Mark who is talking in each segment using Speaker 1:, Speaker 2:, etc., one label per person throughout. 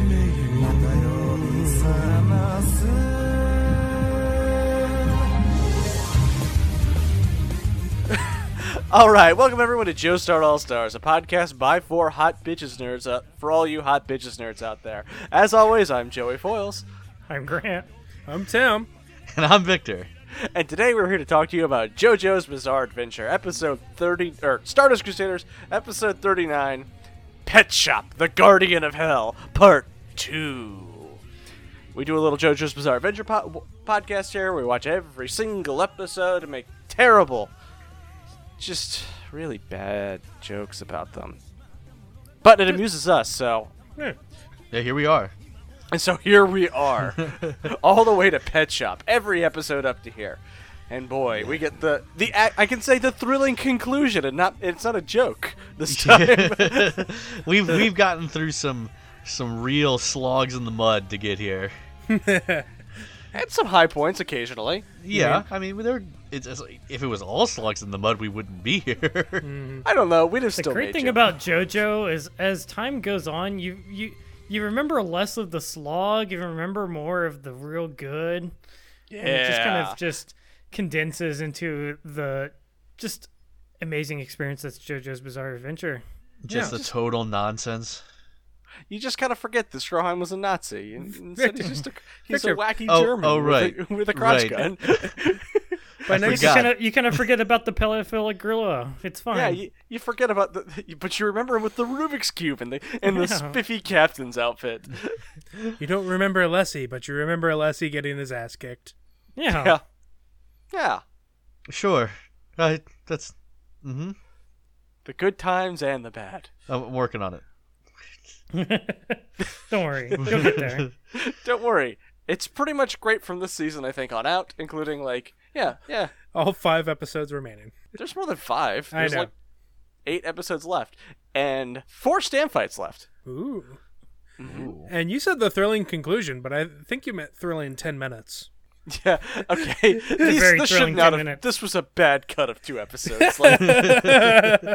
Speaker 1: よ探す
Speaker 2: All right, welcome everyone to Joe Star All Stars, a podcast by four hot bitches nerds uh, for all you hot bitches nerds out there. As always, I'm Joey Foyles,
Speaker 3: I'm Grant.
Speaker 4: I'm Tim.
Speaker 5: And I'm Victor.
Speaker 2: and today we're here to talk to you about JoJo's Bizarre Adventure, episode 30, or Stardust Crusaders, episode 39, Pet Shop, The Guardian of Hell, part 2. We do a little JoJo's Bizarre Adventure po- w- podcast here. We watch every single episode and make terrible, just really bad jokes about them. But it amuses us, so.
Speaker 4: Yeah.
Speaker 5: Yeah, here we are.
Speaker 2: And so here we are, all the way to Pet Shop, every episode up to here. And boy, we get the the ac- I can say the thrilling conclusion, and not it's not a joke this time.
Speaker 5: we've we've gotten through some some real slogs in the mud to get here.
Speaker 2: and some high points occasionally.
Speaker 5: Yeah, I mean, there. It's, it's, if it was all slogs in the mud, we wouldn't be here.
Speaker 3: Mm.
Speaker 2: I don't know. We'd have
Speaker 3: The
Speaker 2: still
Speaker 3: great
Speaker 2: made
Speaker 3: thing
Speaker 2: you.
Speaker 3: about JoJo is, as time goes on, you you you remember less of the slog, you remember more of the real good. Yeah, and it just kind
Speaker 2: Yeah.
Speaker 3: of just condenses into the just amazing experience that's JoJo's Bizarre Adventure.
Speaker 5: just the total nonsense.
Speaker 2: you just kind of forget that Stroheim was a Nazi. And instead he's just a, he's a
Speaker 4: Victor.
Speaker 2: wacky
Speaker 5: Oh,
Speaker 2: German
Speaker 5: oh,
Speaker 2: with,
Speaker 5: right.
Speaker 2: a, with a crotch
Speaker 5: Right.
Speaker 2: gun.
Speaker 5: I
Speaker 4: now you
Speaker 3: You
Speaker 5: forgot.
Speaker 3: kind of you kind of forget about the pedophilic gorilla. It's fine.
Speaker 2: yeah, you, you forget about the, but you remember him with the Rubik's cube and the and the
Speaker 3: Yeah.
Speaker 2: spiffy captain's outfit.
Speaker 4: You don't remember Alessi, but you remember Alessi getting his ass kicked.
Speaker 3: yeah.
Speaker 2: Yeah, yeah.
Speaker 5: Sure. Right. That's. Mm-hmm.
Speaker 2: The good times and the bad.
Speaker 5: I'm working on it.
Speaker 3: Don't worry, you'll get there.
Speaker 2: Don't worry. It's pretty much great from this season, I think, on out, including like yeah, yeah.
Speaker 4: All five episodes remaining.
Speaker 2: There's more than five.
Speaker 4: I
Speaker 2: There's
Speaker 4: know.
Speaker 2: like eight episodes left. And four stand fights left.
Speaker 4: Ooh. And you said the thrilling conclusion, but I think you meant thrilling 10 minutes.
Speaker 2: Yeah. Okay. These-
Speaker 3: very
Speaker 2: this should
Speaker 3: thrilling
Speaker 2: not
Speaker 3: 10
Speaker 2: have,
Speaker 3: minutes.
Speaker 2: this was a bad cut of two episodes. Like,
Speaker 4: I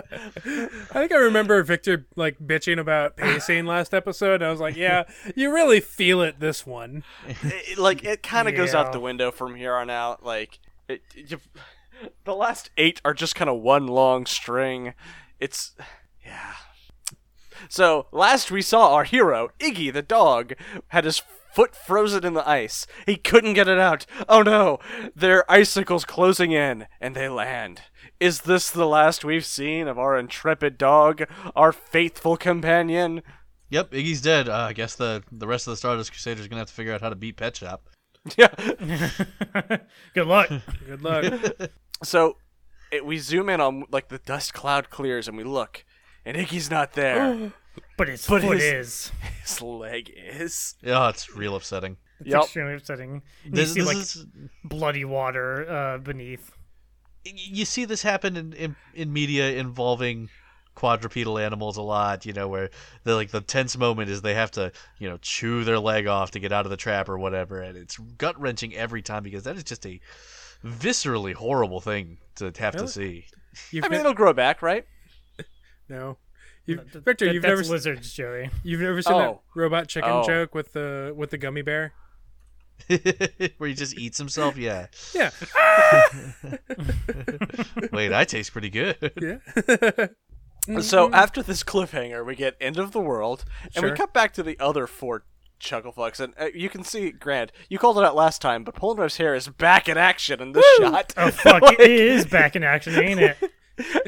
Speaker 4: think I remember Victor like bitching about pacing last episode. And I was like, yeah, you really feel it this one.
Speaker 2: it, like it kind of goes out
Speaker 3: Yeah.
Speaker 2: the window from here on out. Like it, it- you, the last eight are just kind of one long string. It's yeah. So last we saw our hero Iggy the dog had his foot frozen in the ice. He couldn't get it out. Oh no! Their icicles closing in, and they land. Is this the last we've seen of our intrepid dog, our faithful companion?
Speaker 5: Yep, Iggy's dead. Uh, I guess the the rest of the Stardust Crusaders are gonna have to figure out how to beat Pet Shop.
Speaker 2: Yeah.
Speaker 3: Good luck.
Speaker 4: Good luck.
Speaker 2: So it, we zoom in on like the dust cloud clears and we look, and Iggy's not there.
Speaker 3: But his
Speaker 2: But
Speaker 3: foot
Speaker 2: his-
Speaker 3: is.
Speaker 2: His leg is.
Speaker 5: Yeah, it's real upsetting.
Speaker 3: It's
Speaker 2: Yep.
Speaker 3: extremely upsetting. And
Speaker 5: This,
Speaker 3: you see
Speaker 5: this
Speaker 3: like
Speaker 5: is,
Speaker 3: bloody water uh, beneath.
Speaker 5: you see this happen in, in, in media involving quadrupedal animals a lot you know where the like the tense moment is they have to you know chew their leg off to get out of the trap or whatever and it's gut wrenching every time because that is just a viscerally horrible thing to have to see
Speaker 4: You've
Speaker 2: I mean,
Speaker 4: ne-
Speaker 2: it'll grow back, right?
Speaker 4: no. You've,
Speaker 3: Th-
Speaker 4: Victor,
Speaker 3: that-
Speaker 4: you've
Speaker 3: that's
Speaker 4: never s-
Speaker 3: lizards, Joey.
Speaker 4: you've never seen that
Speaker 2: Oh.
Speaker 4: robot chicken
Speaker 2: Oh.
Speaker 4: joke with the with the gummy bear.
Speaker 5: where he just eats himself yeah
Speaker 4: Yeah,
Speaker 5: wait i taste pretty good
Speaker 4: yeah.
Speaker 3: Mm-hmm.
Speaker 2: So after this cliffhanger, we get end of the world, and we
Speaker 4: Sure.
Speaker 2: cut back to the other four chucklefucks, and uh, you can see Grant. You called it out last time, but Polnareff's hair is back in action in this shot.
Speaker 3: Oh fuck! it is back in action, ain't it?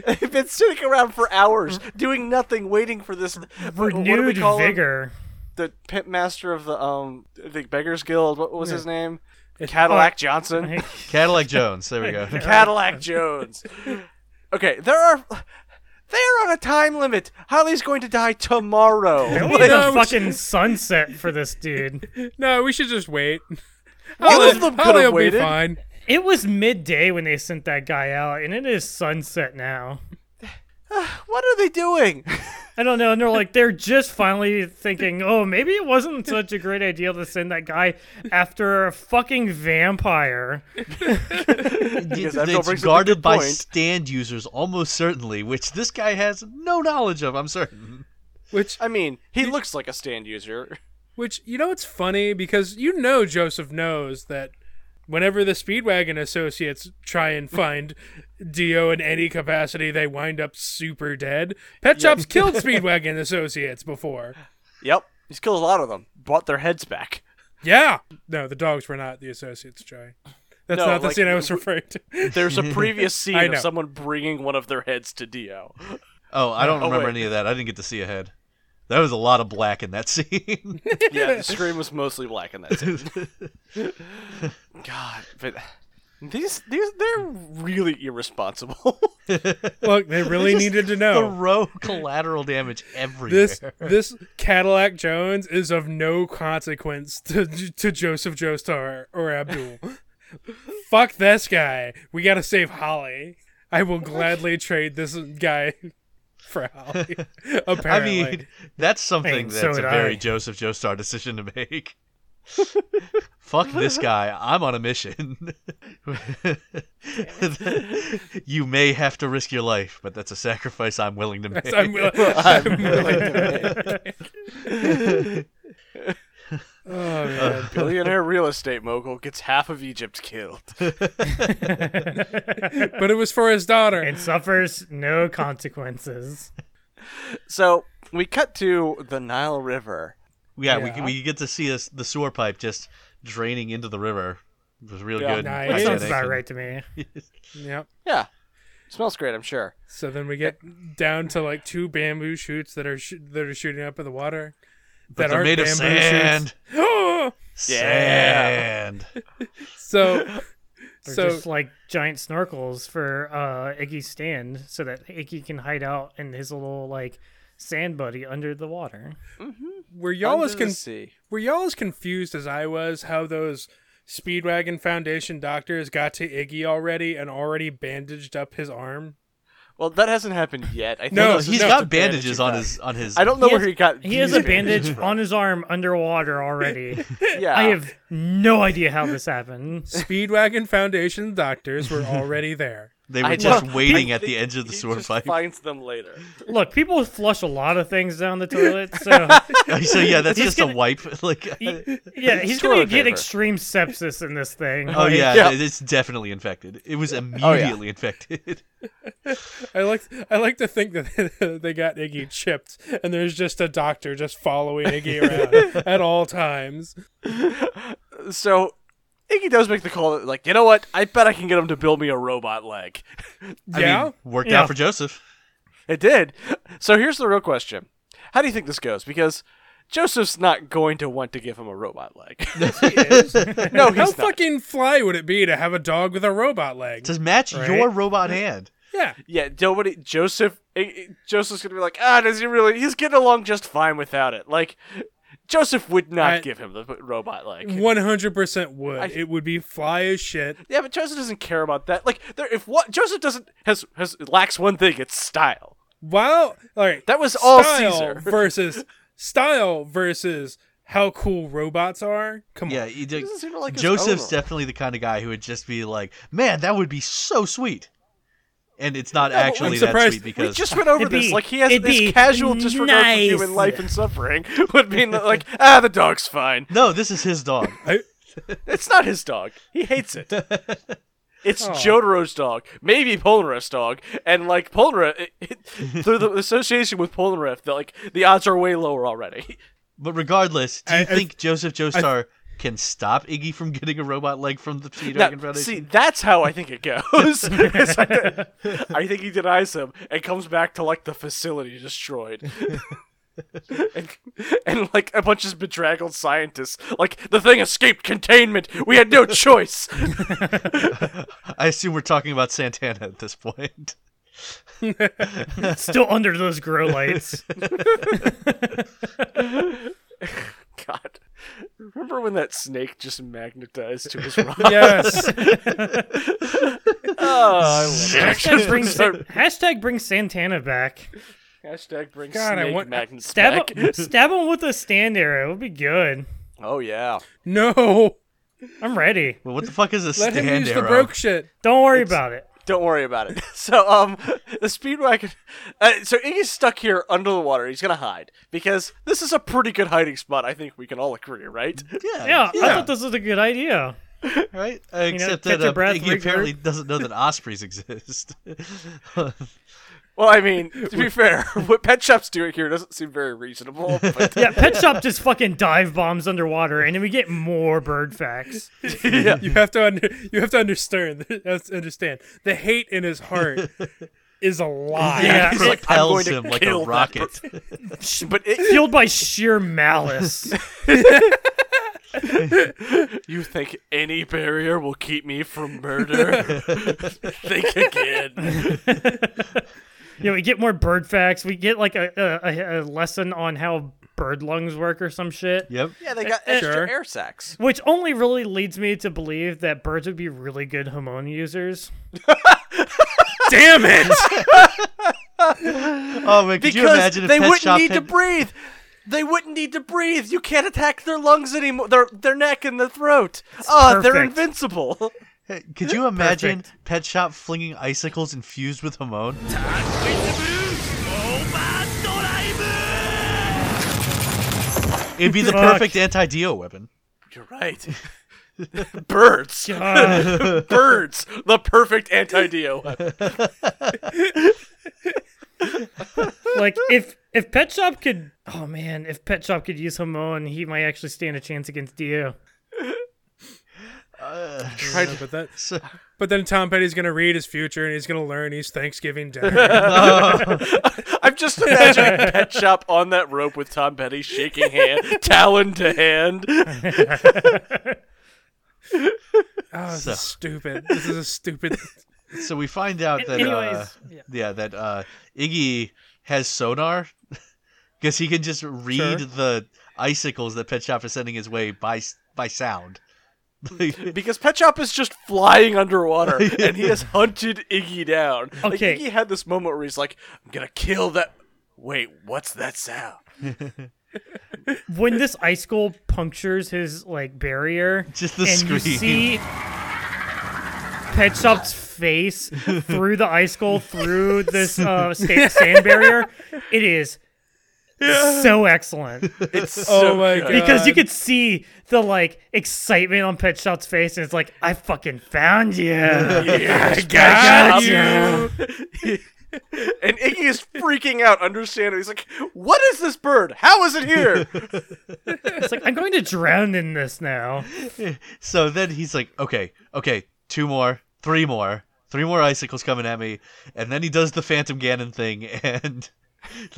Speaker 2: They've been sitting around for hours doing nothing, waiting for this what do we
Speaker 3: Renewed
Speaker 2: call him?
Speaker 3: vigor.
Speaker 2: The pit master of the um the beggars guild. What was his name? Cadillac Johnson.
Speaker 5: cadillac jones there we go
Speaker 2: Cadillac Jones. Okay, there are. They are on a time limit. Holly's going to die tomorrow.
Speaker 3: There
Speaker 2: Like,
Speaker 3: was a
Speaker 4: no, we
Speaker 3: fucking sunset for this dude.
Speaker 4: no, we should just wait.
Speaker 2: One of them could
Speaker 4: Holly
Speaker 2: have
Speaker 4: will be
Speaker 2: waited.
Speaker 4: fine.
Speaker 3: It was midday when they sent that guy out, and it is sunset now.
Speaker 2: What are they doing?
Speaker 3: I don't know, and they're like they're just finally thinking, oh, maybe it wasn't such a great idea to send that guy after a fucking vampire.
Speaker 5: It's-
Speaker 2: that still brings up
Speaker 5: it's
Speaker 2: a good
Speaker 5: guarded by
Speaker 2: point.
Speaker 5: stand users almost certainly which this guy has no knowledge of i'm certain
Speaker 4: Which
Speaker 2: I mean, he looks like a stand user.
Speaker 4: Which you know it's funny because you know Joseph knows that whenever the Speedwagon associates try and find Dio in any capacity, they wind up super dead. Pet Shop's killed Speedwagon associates before.
Speaker 2: Yep, he's killed a lot of them. Bought their heads back.
Speaker 4: Yeah. No, the dogs were not the associates, Joey. That's
Speaker 2: No,
Speaker 4: not the
Speaker 2: like,
Speaker 4: scene I was referring to.
Speaker 2: There's a previous scene
Speaker 4: I
Speaker 2: of
Speaker 4: know.
Speaker 2: someone bringing one of their heads to Dio.
Speaker 5: Oh, I don't
Speaker 2: Oh,
Speaker 5: remember
Speaker 2: wait.
Speaker 5: any of that. I didn't get to see a head. That was a lot of black in that scene.
Speaker 2: Yeah, the screen was mostly black in that scene. God, but these these they're really irresponsible.
Speaker 4: Look, they really
Speaker 5: Just
Speaker 4: needed to
Speaker 5: the
Speaker 4: know.
Speaker 5: row collateral damage everywhere.
Speaker 4: This this Cadillac Jones is of no consequence to to Joseph Joestar or Abdul. Fuck this guy. We gotta save Holly. I will gladly trade this guy for Holly. Apparently.
Speaker 5: I mean, that's something
Speaker 4: mean, so
Speaker 5: that's a
Speaker 4: did
Speaker 5: very
Speaker 4: I.
Speaker 5: Joseph Joestar decision to make. Fuck this guy. I'm on a mission. you may have to risk your life, but that's a sacrifice I'm willing to make.
Speaker 4: So I'm, will-
Speaker 2: I'm
Speaker 4: I'm
Speaker 2: willing
Speaker 4: willing
Speaker 2: to
Speaker 4: to Oh, man.
Speaker 2: Billionaire real estate mogul gets half of Egypt killed.
Speaker 4: but it was for his daughter.
Speaker 3: and suffers no consequences.
Speaker 2: So we cut to the Nile River.
Speaker 5: yeah, We,
Speaker 4: Yeah.
Speaker 5: we get to see this, the sewer pipe just draining into the river. It was real
Speaker 2: Yeah.
Speaker 5: good.
Speaker 4: Nice.
Speaker 3: That
Speaker 4: It
Speaker 3: sounds
Speaker 4: is.
Speaker 3: about right to me.
Speaker 4: yep.
Speaker 2: Yeah, smells great. I'm sure.
Speaker 4: So then we get down to like two bamboo shoots that are sh- that are shooting up in the water. that
Speaker 5: But they're
Speaker 4: aren't
Speaker 5: made of
Speaker 4: bamboo
Speaker 5: sand.
Speaker 4: Shoots.
Speaker 5: Sand.
Speaker 4: so
Speaker 3: They're
Speaker 4: so
Speaker 3: just like giant snorkels for uh, Iggy's stand so that Iggy can hide out in his little like sand buddy under the water.
Speaker 4: were y'all as
Speaker 2: Under the
Speaker 4: con-
Speaker 2: sea.
Speaker 4: were y'all as confused as I was how those Speedwagon Foundation doctors got to Iggy already and already bandaged up his arm?
Speaker 2: Well, that hasn't happened yet. I think
Speaker 4: No,
Speaker 5: No,
Speaker 2: this
Speaker 5: he's
Speaker 2: is just a
Speaker 5: got
Speaker 2: bandage
Speaker 5: bandages
Speaker 2: you
Speaker 5: on
Speaker 2: got.
Speaker 5: his on his.
Speaker 2: I don't know
Speaker 3: He
Speaker 2: where
Speaker 3: has-
Speaker 2: he got.
Speaker 3: He has
Speaker 2: these
Speaker 3: a bandage
Speaker 2: bandages
Speaker 3: on his arm underwater already.
Speaker 2: from. Yeah,
Speaker 3: I have no idea how this happened.
Speaker 4: Speedwagon Foundation doctors were already there.
Speaker 5: They were
Speaker 2: I
Speaker 5: just
Speaker 2: don't-
Speaker 5: waiting
Speaker 2: I
Speaker 5: at the
Speaker 2: think
Speaker 5: edge of the
Speaker 2: he
Speaker 5: sewer
Speaker 2: just
Speaker 5: pipe.
Speaker 2: Finds them later.
Speaker 3: Look, people flush a lot of things down the toilet, so
Speaker 5: so yeah, that's just
Speaker 3: gonna-
Speaker 5: a wipe. Like,
Speaker 3: he- yeah, he's gonna
Speaker 2: Toilet
Speaker 3: get
Speaker 2: paper.
Speaker 3: extreme sepsis in this thing.
Speaker 5: oh
Speaker 3: Like,
Speaker 5: yeah,
Speaker 2: Yeah. Oh,
Speaker 5: th- it's definitely infected. It was immediately infected.
Speaker 4: I like I like to think that they got Iggy chipped, and there's just a doctor just following Iggy around at all times.
Speaker 2: So Iggy does make the call. Like, you know what? I bet I can get him to build me a robot leg.
Speaker 5: I
Speaker 4: yeah,
Speaker 5: mean, worked
Speaker 3: Yeah.
Speaker 5: out for Joseph.
Speaker 2: It did. So here's the real question: How do you think this goes? Because Joseph's not going to want to give him a robot leg. no, he's
Speaker 4: How
Speaker 2: not.
Speaker 4: fucking fly would it be to have a dog with a robot leg?
Speaker 5: Does match your robot hand.
Speaker 4: Yeah.
Speaker 2: Yeah, nobody. Joseph. eh, eh, Joseph's gonna be like, ah, does he really? He's getting along just fine without it. Like, Joseph would not
Speaker 4: I- Mm-hmm.
Speaker 2: give him the robot leg.
Speaker 4: One hundred percent would.
Speaker 2: I-
Speaker 4: it would be fly as shit.
Speaker 2: Yeah, but Joseph doesn't care about that. Like, there, if what Joseph doesn't has has lacks one thing, it's style.
Speaker 4: Wow. All right.
Speaker 2: That was all
Speaker 4: style
Speaker 2: Caesar.
Speaker 4: versus style versus how cool robots are. Come
Speaker 5: Yeah,
Speaker 4: on.
Speaker 5: he did-
Speaker 2: doesn't seem to like his
Speaker 5: Joseph's
Speaker 2: owner.
Speaker 5: definitely the kind of guy who would just be like, "Man, that would be so sweet," and it's not
Speaker 2: but
Speaker 5: actually
Speaker 4: I'm
Speaker 5: that
Speaker 4: surprised-
Speaker 5: sweet
Speaker 2: We
Speaker 5: because
Speaker 2: just went over
Speaker 3: It'd
Speaker 2: this.
Speaker 3: be-
Speaker 2: like he has
Speaker 3: it'd
Speaker 2: this
Speaker 3: be
Speaker 2: casual disregard for human
Speaker 3: nice.
Speaker 2: life and suffering would mean that like ah the dog's fine.
Speaker 5: no, this is his dog.
Speaker 2: It's not his dog. He hates it. It's Jotaro's dog, maybe Polnareff's dog, and like Polnareff, it, it, through the association with Polnareff, the, like the odds are way lower already.
Speaker 5: But regardless, do you
Speaker 4: I- I-
Speaker 5: think Joseph Joestar can stop Iggy from getting a robot leg from the Sea Dragon
Speaker 2: Now,
Speaker 5: Foundation?
Speaker 2: see, that's how I think it goes. It's like that- I think he denies him and comes back to like the facility destroyed. and, and like a bunch of bedraggled scientists, like the thing escaped containment. We had no choice.
Speaker 5: I assume we're talking about Santana at this point.
Speaker 3: still under those grow lights.
Speaker 2: God, remember when that snake just magnetized to his rock?
Speaker 4: Yes.
Speaker 2: Oh, I love it.
Speaker 3: hashtag, bring, Sa- hashtag bring Santana back.
Speaker 2: Hashtag bring
Speaker 4: God, I
Speaker 2: snake
Speaker 4: want-
Speaker 2: magnets
Speaker 3: Stab
Speaker 2: back.
Speaker 3: him, stab him with a stand arrow. It would be good.
Speaker 2: Oh yeah.
Speaker 4: no.
Speaker 3: I'm ready.
Speaker 5: Well, what the fuck is a
Speaker 4: Let
Speaker 5: stand
Speaker 4: him use
Speaker 5: arrow?
Speaker 4: the broke shit.
Speaker 3: Don't worry about it.
Speaker 2: Don't worry about it. So, um, the speedwagon. Uh, so Iggy's stuck here under the water. He's gonna hide because this is a pretty good hiding spot. I think we can all agree, right?
Speaker 3: Yeah, I thought this was a good idea.
Speaker 5: right? Except
Speaker 3: catch
Speaker 5: that
Speaker 3: your
Speaker 5: uh,
Speaker 3: breath,
Speaker 5: Iggy apparently
Speaker 3: regroup.
Speaker 5: doesn't know that ospreys exist.
Speaker 2: Well, I mean, to be fair, what Pet Shop's doing here doesn't seem very reasonable. But
Speaker 3: Yeah, Pet Shop just fucking dive bombs underwater, and then we get more bird facts.
Speaker 4: you have to under, you have to understand understand the hate in his heart is a lie.
Speaker 3: Yeah,
Speaker 5: it
Speaker 3: it-
Speaker 2: I'm going
Speaker 5: propels
Speaker 2: to
Speaker 5: him like
Speaker 2: kill
Speaker 5: a
Speaker 2: that
Speaker 5: rocket.
Speaker 2: but it,
Speaker 3: Fueled by sheer malice.
Speaker 2: you think any barrier will keep me from murder? think again.
Speaker 3: Yeah, we get more bird facts. We get like a, a, a lesson on how bird lungs work or some shit.
Speaker 5: yep.
Speaker 2: Yeah, they got
Speaker 4: extra
Speaker 2: extra
Speaker 4: Sure.
Speaker 2: air sacs.
Speaker 3: Which only really leads me to believe that birds would be really good hormone users.
Speaker 4: Damn it!
Speaker 5: Oh, man, could you
Speaker 2: Because
Speaker 5: imagine if
Speaker 2: they
Speaker 5: Pet
Speaker 2: wouldn't
Speaker 5: Shop
Speaker 2: need to
Speaker 5: had-
Speaker 2: breathe. They wouldn't need to breathe. You can't attack their lungs anymore. Their their neck and their throat. Oh, they're
Speaker 3: perfect.
Speaker 2: invincible.
Speaker 5: Could you imagine Pet Shop flinging icicles infused with hormone? It'd be the
Speaker 3: Fuck.
Speaker 5: perfect anti-Dio weapon.
Speaker 2: You're right. Birds.
Speaker 3: God.
Speaker 2: Birds. The perfect anti-Dio. weapon.
Speaker 3: like if if Pet Shop could, oh man, if Pet Shop could use hormone, he might actually stand a chance against Dio.
Speaker 4: Yeah, but that. But then Tom Petty's gonna read his future and he's gonna learn he's Thanksgiving dinner.
Speaker 2: I'm just imagining Pet Shop on that rope with Tom Petty shaking hand, talon to hand.
Speaker 4: Oh, this is stupid. This is a stupid.
Speaker 5: So we find out that, uh,
Speaker 3: Anyways, yeah.
Speaker 5: yeah, that uh, Iggy has sonar because he can just read the icicles that Pet Shop is sending his way by s- by sound.
Speaker 2: Because Pet Shop is just flying underwater and he has hunted Iggy down. Like,
Speaker 3: Okay.
Speaker 2: Iggy had this moment where he's like, I'm gonna kill that wait, what's that sound?
Speaker 3: when this icicle punctures his like barrier,
Speaker 5: Just the
Speaker 3: and you
Speaker 5: scream.
Speaker 3: see Pet Shop's face through the icicle through this uh, sta- sand barrier, it is so excellent.
Speaker 2: It's so
Speaker 4: Oh my
Speaker 2: good.
Speaker 4: god!
Speaker 3: because you could see the like excitement on Pet Shop's face, and it's like, I fucking found you.
Speaker 2: I
Speaker 4: got
Speaker 2: and Iggy is freaking out, understanding. He's like, What is this bird? How is it here?
Speaker 3: It's like I'm going to drown in this now.
Speaker 5: So then he's like, okay, okay, two more, three more, three more icicles coming at me. And then he does the Phantom Ganon thing and.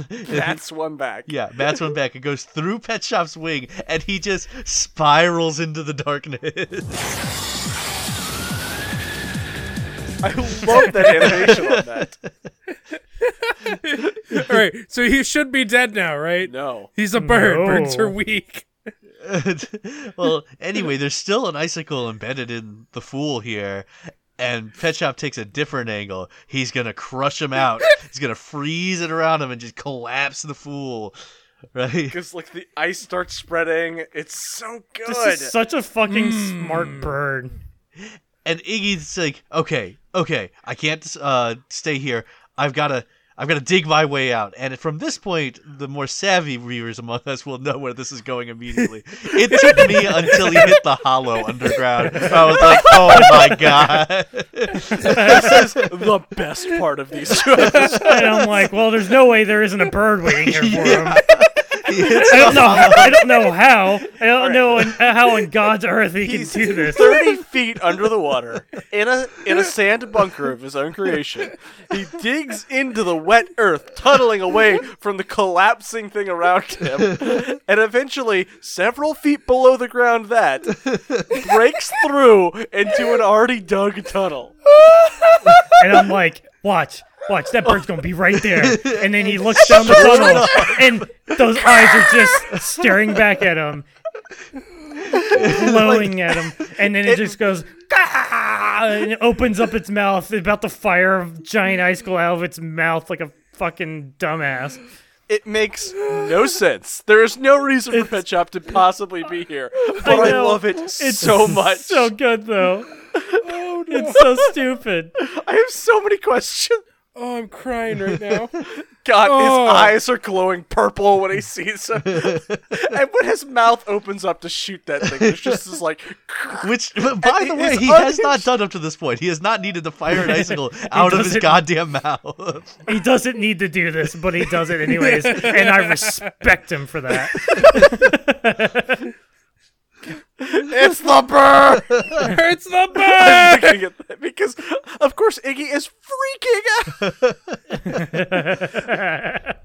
Speaker 2: That's one back.
Speaker 5: Yeah, bats one back. It goes through Pet Shop's wing, and he just spirals into the darkness.
Speaker 2: I love that animation on that.
Speaker 4: All right, so he should be dead now, right?
Speaker 2: No.
Speaker 4: He's a bird.
Speaker 3: No.
Speaker 4: Birds are weak.
Speaker 5: well, anyway, there's still an icicle embedded in the fool here, and Pet Shop takes a different angle. He's gonna crush him out. He's gonna freeze it around him and just collapse the fool. Right?
Speaker 2: Because like the ice starts spreading, it's so good.
Speaker 3: This is such a fucking
Speaker 5: Hmm.
Speaker 3: smart bird.
Speaker 5: and Iggy's like, "Okay, okay, I can't uh, stay here. I've gotta, I've gotta dig my way out." And from this point, the more savvy viewers among us will know where this is going immediately. it took me until he hit the hollow underground. I was like, "Oh my god!"
Speaker 2: This is the best part of these two episodes.
Speaker 3: And I'm like, well, there's no way there isn't a bird waiting here for him.
Speaker 5: He hits
Speaker 3: I
Speaker 5: the
Speaker 3: don't know. I don't know how. I don't
Speaker 2: right.
Speaker 3: know on- how on God's earth he can
Speaker 2: He's
Speaker 3: do this.
Speaker 2: Thirty feet under the water, in a in a sand bunker of his own creation, he digs into the wet earth, tunneling away from the collapsing thing around him, and eventually, several feet below the ground, that breaks through into an already dug tunnel.
Speaker 3: And I'm like, watch, watch, that bird's gonna be right there. And then he looks down the tunnel, and those eyes are just staring back at him, glowing at him. And then it, just goes, "Gah!" and it opens up its mouth, about to fire a giant icicle out of its mouth like a fucking dumbass.
Speaker 2: It makes no sense. There is no reason for Pet Shop to possibly be here, but I,
Speaker 3: know.
Speaker 2: love it so much.
Speaker 3: So good though.
Speaker 4: Oh
Speaker 3: It's so stupid.
Speaker 2: I have so many questions.
Speaker 4: Oh, I'm crying right now.
Speaker 2: God,
Speaker 4: Oh.
Speaker 2: his eyes are glowing purple when he sees him, and when his mouth opens up to shoot that thing, it's just this like.
Speaker 5: Which, by the way,
Speaker 2: he's
Speaker 5: he has not
Speaker 2: unhinged.
Speaker 5: done up to this point. He has not needed to fire an icicle out of his
Speaker 3: doesn't-
Speaker 5: goddamn mouth.
Speaker 3: He doesn't need to do this, but he does it anyways, and I respect him for that.
Speaker 2: It's the bird.
Speaker 4: Hurts the butt.
Speaker 2: Looking at that, because of course Iggy is freaking out.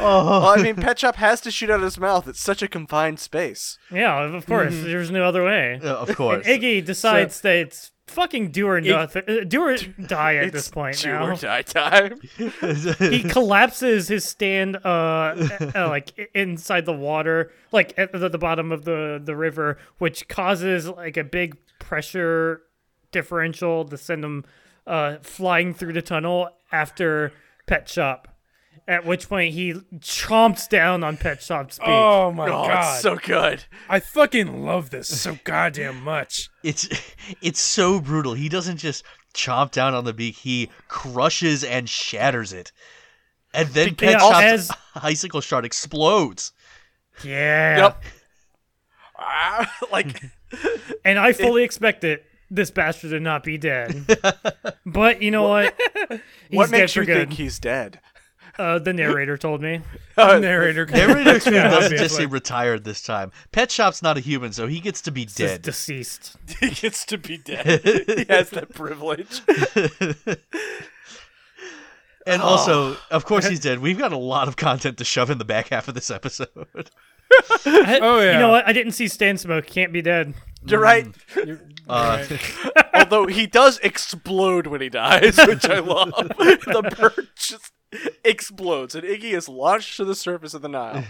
Speaker 2: Well, I mean, Pet Shop has to shoot out of his mouth. It's such a confined space.
Speaker 3: Yeah, of course.
Speaker 2: Mm-hmm.
Speaker 3: There's no other way.
Speaker 5: Uh, of course.
Speaker 3: Iggy decides that it's fucking do or nothing, uh, do or die at this point
Speaker 2: do
Speaker 3: now.
Speaker 2: or die time.
Speaker 3: He collapses his stand, uh, uh, like i- inside the water, like at the, the bottom of the the river, which causes like a big pressure differential to send him uh flying through the tunnel after Pet Shop. At which point he chomps down on Pet Shop's beak.
Speaker 4: Oh my
Speaker 2: Oh,
Speaker 4: god.
Speaker 2: it's so good.
Speaker 4: I fucking love this so goddamn much.
Speaker 5: It's it's so brutal. He doesn't just chomp down on the beak. He crushes and shatters it, and then Pet
Speaker 3: Yeah,
Speaker 5: Shop's
Speaker 3: as-
Speaker 5: icicle shard explodes.
Speaker 3: Yeah.
Speaker 2: Yep. Ah, like
Speaker 3: And I fully expect it. This bastard to not be dead. but you know what? He's
Speaker 2: what
Speaker 3: dead
Speaker 2: makes
Speaker 3: for
Speaker 2: you
Speaker 3: good.
Speaker 2: think he's dead?
Speaker 3: uh, the narrator told me.
Speaker 2: Uh,
Speaker 4: Narrator.
Speaker 5: Narrator Crew doesn't just
Speaker 4: obviously.
Speaker 5: say retired this time. Pet Shop's not a human, so he gets to be
Speaker 3: This
Speaker 5: dead.
Speaker 3: deceased.
Speaker 2: he gets to be dead. he has that privilege.
Speaker 5: and also,
Speaker 4: Ah.
Speaker 5: of course, he's dead. We've got a lot of content to shove in the back half of this episode.
Speaker 4: Oh yeah.
Speaker 3: You know what? I didn't see Stan Smoke. Can't be dead.
Speaker 2: You're right.
Speaker 5: Uh,
Speaker 2: Although he does explode when he dies, which I love. the bird just explodes, and Iggy is launched to the surface of the Nile.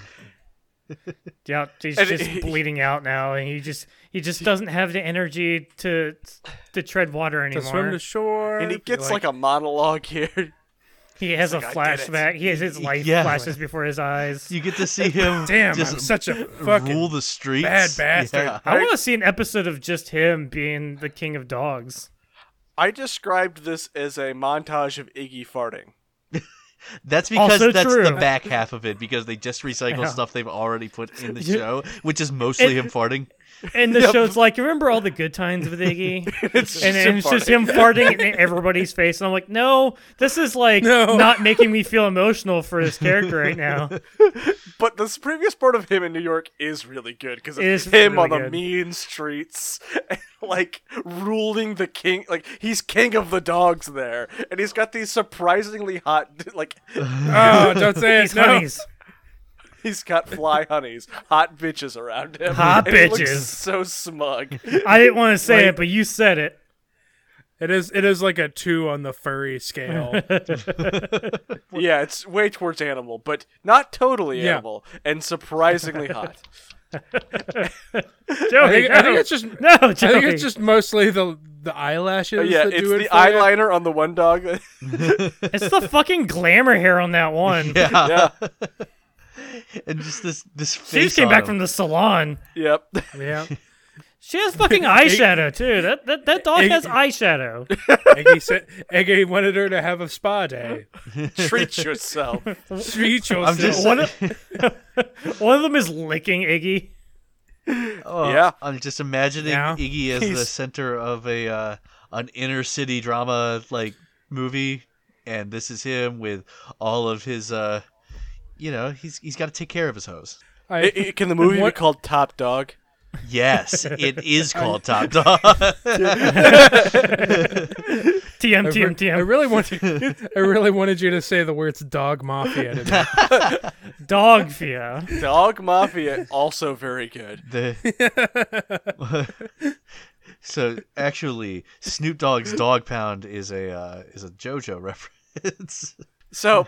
Speaker 3: Yeah, he's
Speaker 2: And
Speaker 3: just
Speaker 2: he-
Speaker 3: bleeding out now, and he just he just doesn't have the energy to to tread water
Speaker 4: To swim
Speaker 3: anymore.
Speaker 4: to shore.
Speaker 2: And he gets like, a monologue here.
Speaker 3: he has a
Speaker 2: "I did it."
Speaker 3: flashback. He has his life
Speaker 5: Yeah.
Speaker 3: flashes before his eyes.
Speaker 5: you get to see him
Speaker 4: damn.
Speaker 5: just
Speaker 4: I'm such a
Speaker 5: rule
Speaker 4: fucking
Speaker 5: the streets.
Speaker 4: bad bastard.
Speaker 5: Yeah.
Speaker 3: I want to see an episode of just him being the king of dogs.
Speaker 2: I described this as a montage of Iggy farting.
Speaker 5: That's because
Speaker 3: Also
Speaker 5: that's the
Speaker 3: true.
Speaker 5: back half of it because they just recycle stuff they've already put in the show, which is mostly him farting.
Speaker 3: And the show's like, you remember all the good times with Iggy?
Speaker 2: It's just
Speaker 3: and
Speaker 2: him
Speaker 3: and it's just
Speaker 2: farting.
Speaker 3: him farting in everybody's face. And I'm like, no, this is like
Speaker 4: No.
Speaker 3: not making me feel emotional for this character right now.
Speaker 2: But this previous part of him in New York is really good because
Speaker 3: It
Speaker 2: it's
Speaker 3: is
Speaker 2: him
Speaker 3: really
Speaker 2: on the
Speaker 3: good.
Speaker 2: mean streets, like ruling the king. Like he's king of the dogs there, and he's got these surprisingly hot, like
Speaker 4: oh, don't say
Speaker 3: These
Speaker 4: it. No.
Speaker 3: honeys.
Speaker 2: he's got fly honeys, hot bitches around him.
Speaker 3: Hot
Speaker 2: and he looks
Speaker 3: bitches.
Speaker 2: so smug.
Speaker 3: I didn't want to say it, but you said it.
Speaker 4: It is. It is like a two on the furry scale.
Speaker 2: yeah, it's way towards animal, but not totally
Speaker 4: Yeah.
Speaker 2: animal, and surprisingly hot.
Speaker 3: Joey,
Speaker 4: I think,
Speaker 3: no.
Speaker 4: I think it's just.
Speaker 3: no,
Speaker 4: I
Speaker 3: Joey.
Speaker 4: think it's just mostly the the eyelashes.
Speaker 2: yeah,
Speaker 4: that
Speaker 2: it's
Speaker 4: do it
Speaker 2: the
Speaker 4: for you.
Speaker 2: eyeliner on the one dog.
Speaker 3: It's the fucking glamour hair on that one.
Speaker 5: Yeah. and just this this
Speaker 3: she
Speaker 5: face.
Speaker 3: just came
Speaker 5: on
Speaker 3: back
Speaker 5: him.
Speaker 3: from the salon.
Speaker 2: yep.
Speaker 4: Yeah.
Speaker 3: She has fucking eyeshadow too. That that, that dog
Speaker 4: It-
Speaker 3: has eyeshadow.
Speaker 4: Eggy said Eggy wanted her to have a spa day.
Speaker 2: Treat yourself.
Speaker 4: Treat yourself.
Speaker 5: I'm just
Speaker 3: One of, one of them is licking Iggy.
Speaker 5: oh,
Speaker 2: Yeah.
Speaker 5: I'm just imagining
Speaker 4: Yeah.
Speaker 5: Iggy as the
Speaker 2: He's-
Speaker 5: center of a uh, an inner city drama like movie, and this is him with all of his. Uh, you know, he's he's got to take care of his hose.
Speaker 4: I,
Speaker 2: I- I- can the movie
Speaker 4: what-
Speaker 2: be called Top Dog?
Speaker 5: Yes, it is called Top Dog.
Speaker 3: TM
Speaker 4: I
Speaker 3: TM
Speaker 4: re-
Speaker 3: TM.
Speaker 4: I really wanted. I really wanted you to say the words "dog mafia" to me.
Speaker 3: dog fear.
Speaker 2: Dog Mafia, also very good.
Speaker 5: The so actually, Snoop Dogg's Dog Pound is a uh, is a JoJo reference.
Speaker 2: So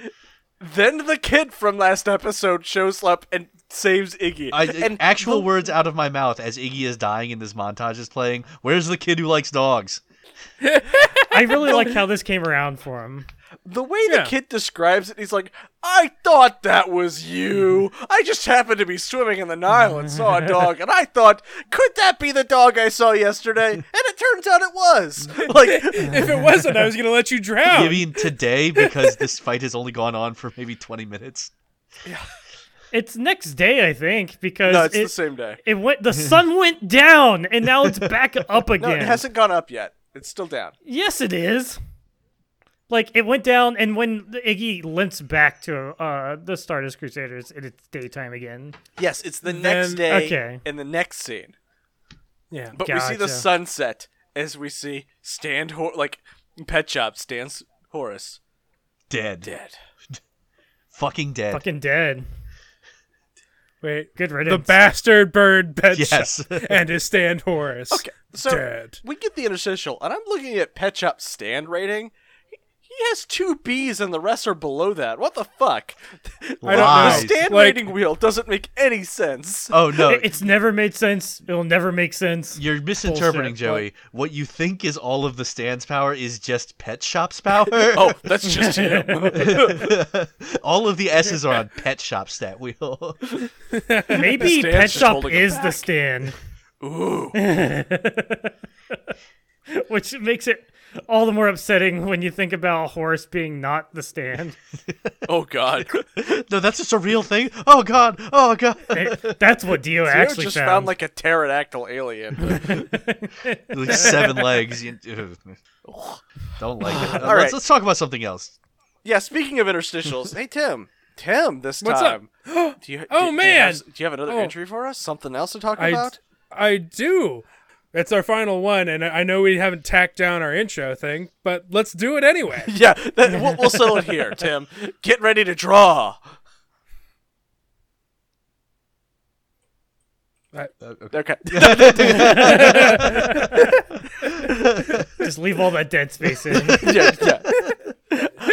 Speaker 2: then the kid from last episode shows up and saves Iggy.
Speaker 5: I,
Speaker 2: and
Speaker 5: actual words out of my mouth as Iggy is dying and this montage is playing. Where's the kid who likes dogs?
Speaker 3: I really like how this came around for him.
Speaker 2: The way the
Speaker 4: Yeah.
Speaker 2: kid describes it, he's like, I thought that was you. I just happened to be swimming in the Nile and saw a dog, and I thought, could that be the dog I saw yesterday? And it turns out it was. Like,
Speaker 4: if it wasn't, I was gonna let you drown.
Speaker 5: I mean, today because this fight has only gone on for maybe 20 minutes.
Speaker 3: It's next day, I think, because
Speaker 2: no, it's
Speaker 3: it,
Speaker 2: the same day.
Speaker 3: it went. The sun went down, and now it's back up
Speaker 2: No,
Speaker 3: again.
Speaker 2: it hasn't gone up yet. It's still down.
Speaker 3: Yes, it is. Like it went down, and when Iggy limps back to uh, the Stardust Crusaders, it, it's daytime again.
Speaker 2: Yes, it's the next
Speaker 4: Then-
Speaker 2: day
Speaker 3: okay.
Speaker 2: in the next scene.
Speaker 4: yeah.
Speaker 2: But we see the
Speaker 3: Gotcha.
Speaker 2: sunset as we see Stand, Hor- like, Pet Shop stands Horace
Speaker 5: Dead.
Speaker 2: dead.
Speaker 5: Fucking dead.
Speaker 3: Fucking dead.
Speaker 4: Wait,
Speaker 3: Good
Speaker 4: the
Speaker 3: riddance.
Speaker 4: bastard bird pet
Speaker 5: Yes.
Speaker 4: shop and his stand Horus.
Speaker 2: Okay, so
Speaker 4: Dead.
Speaker 2: we get the interstitial, and I'm looking at Pet Shop stand rating. He- He has two B's, and the rest are below that. What the fuck?
Speaker 4: I don't
Speaker 5: Lies.
Speaker 4: know.
Speaker 2: Stand
Speaker 4: Like-
Speaker 2: rating wheel doesn't make any sense.
Speaker 5: Oh no.
Speaker 3: It- it's never made sense. It'll never make sense.
Speaker 5: You're misinterpreting,
Speaker 3: Bullshit,
Speaker 5: Joey. What you think is all of the stands power is just pet shop's power.
Speaker 2: Oh, that's just him.
Speaker 5: all of the S's are on pet shop stat wheel.
Speaker 3: Maybe
Speaker 2: stand's
Speaker 3: Pet
Speaker 2: just
Speaker 3: Shop
Speaker 2: holding it
Speaker 3: is the
Speaker 2: back.
Speaker 3: stand,
Speaker 2: Ooh.
Speaker 3: which makes it all the more upsetting when you think about Horace being not the stand.
Speaker 2: Oh god.
Speaker 5: no, that's just a real thing. Oh god. Oh god.
Speaker 3: It- that's what Dio
Speaker 2: I
Speaker 3: actually
Speaker 2: just
Speaker 3: found.
Speaker 2: found. like a pterodactyl alien.
Speaker 5: like seven legs. You- Ugh. Don't like it.
Speaker 2: All
Speaker 5: let's,
Speaker 2: right.
Speaker 5: let's talk about something else.
Speaker 2: yeah, speaking of interstitials, hey Tim. Tim, this
Speaker 4: What's up?
Speaker 2: time. Do you,
Speaker 4: Oh,
Speaker 2: do, do you,
Speaker 4: man.
Speaker 2: have, do you have another
Speaker 4: Oh.
Speaker 2: entry for us? Something else to talk
Speaker 4: I,
Speaker 2: about?
Speaker 4: I do. It's our final one, and I I know we haven't tacked down our intro thing, but let's do it anyway.
Speaker 2: Yeah, that, we'll, we'll settle it here, Tim. Get ready to draw. Okay.
Speaker 3: Just leave all that dead space in.
Speaker 2: yeah, yeah.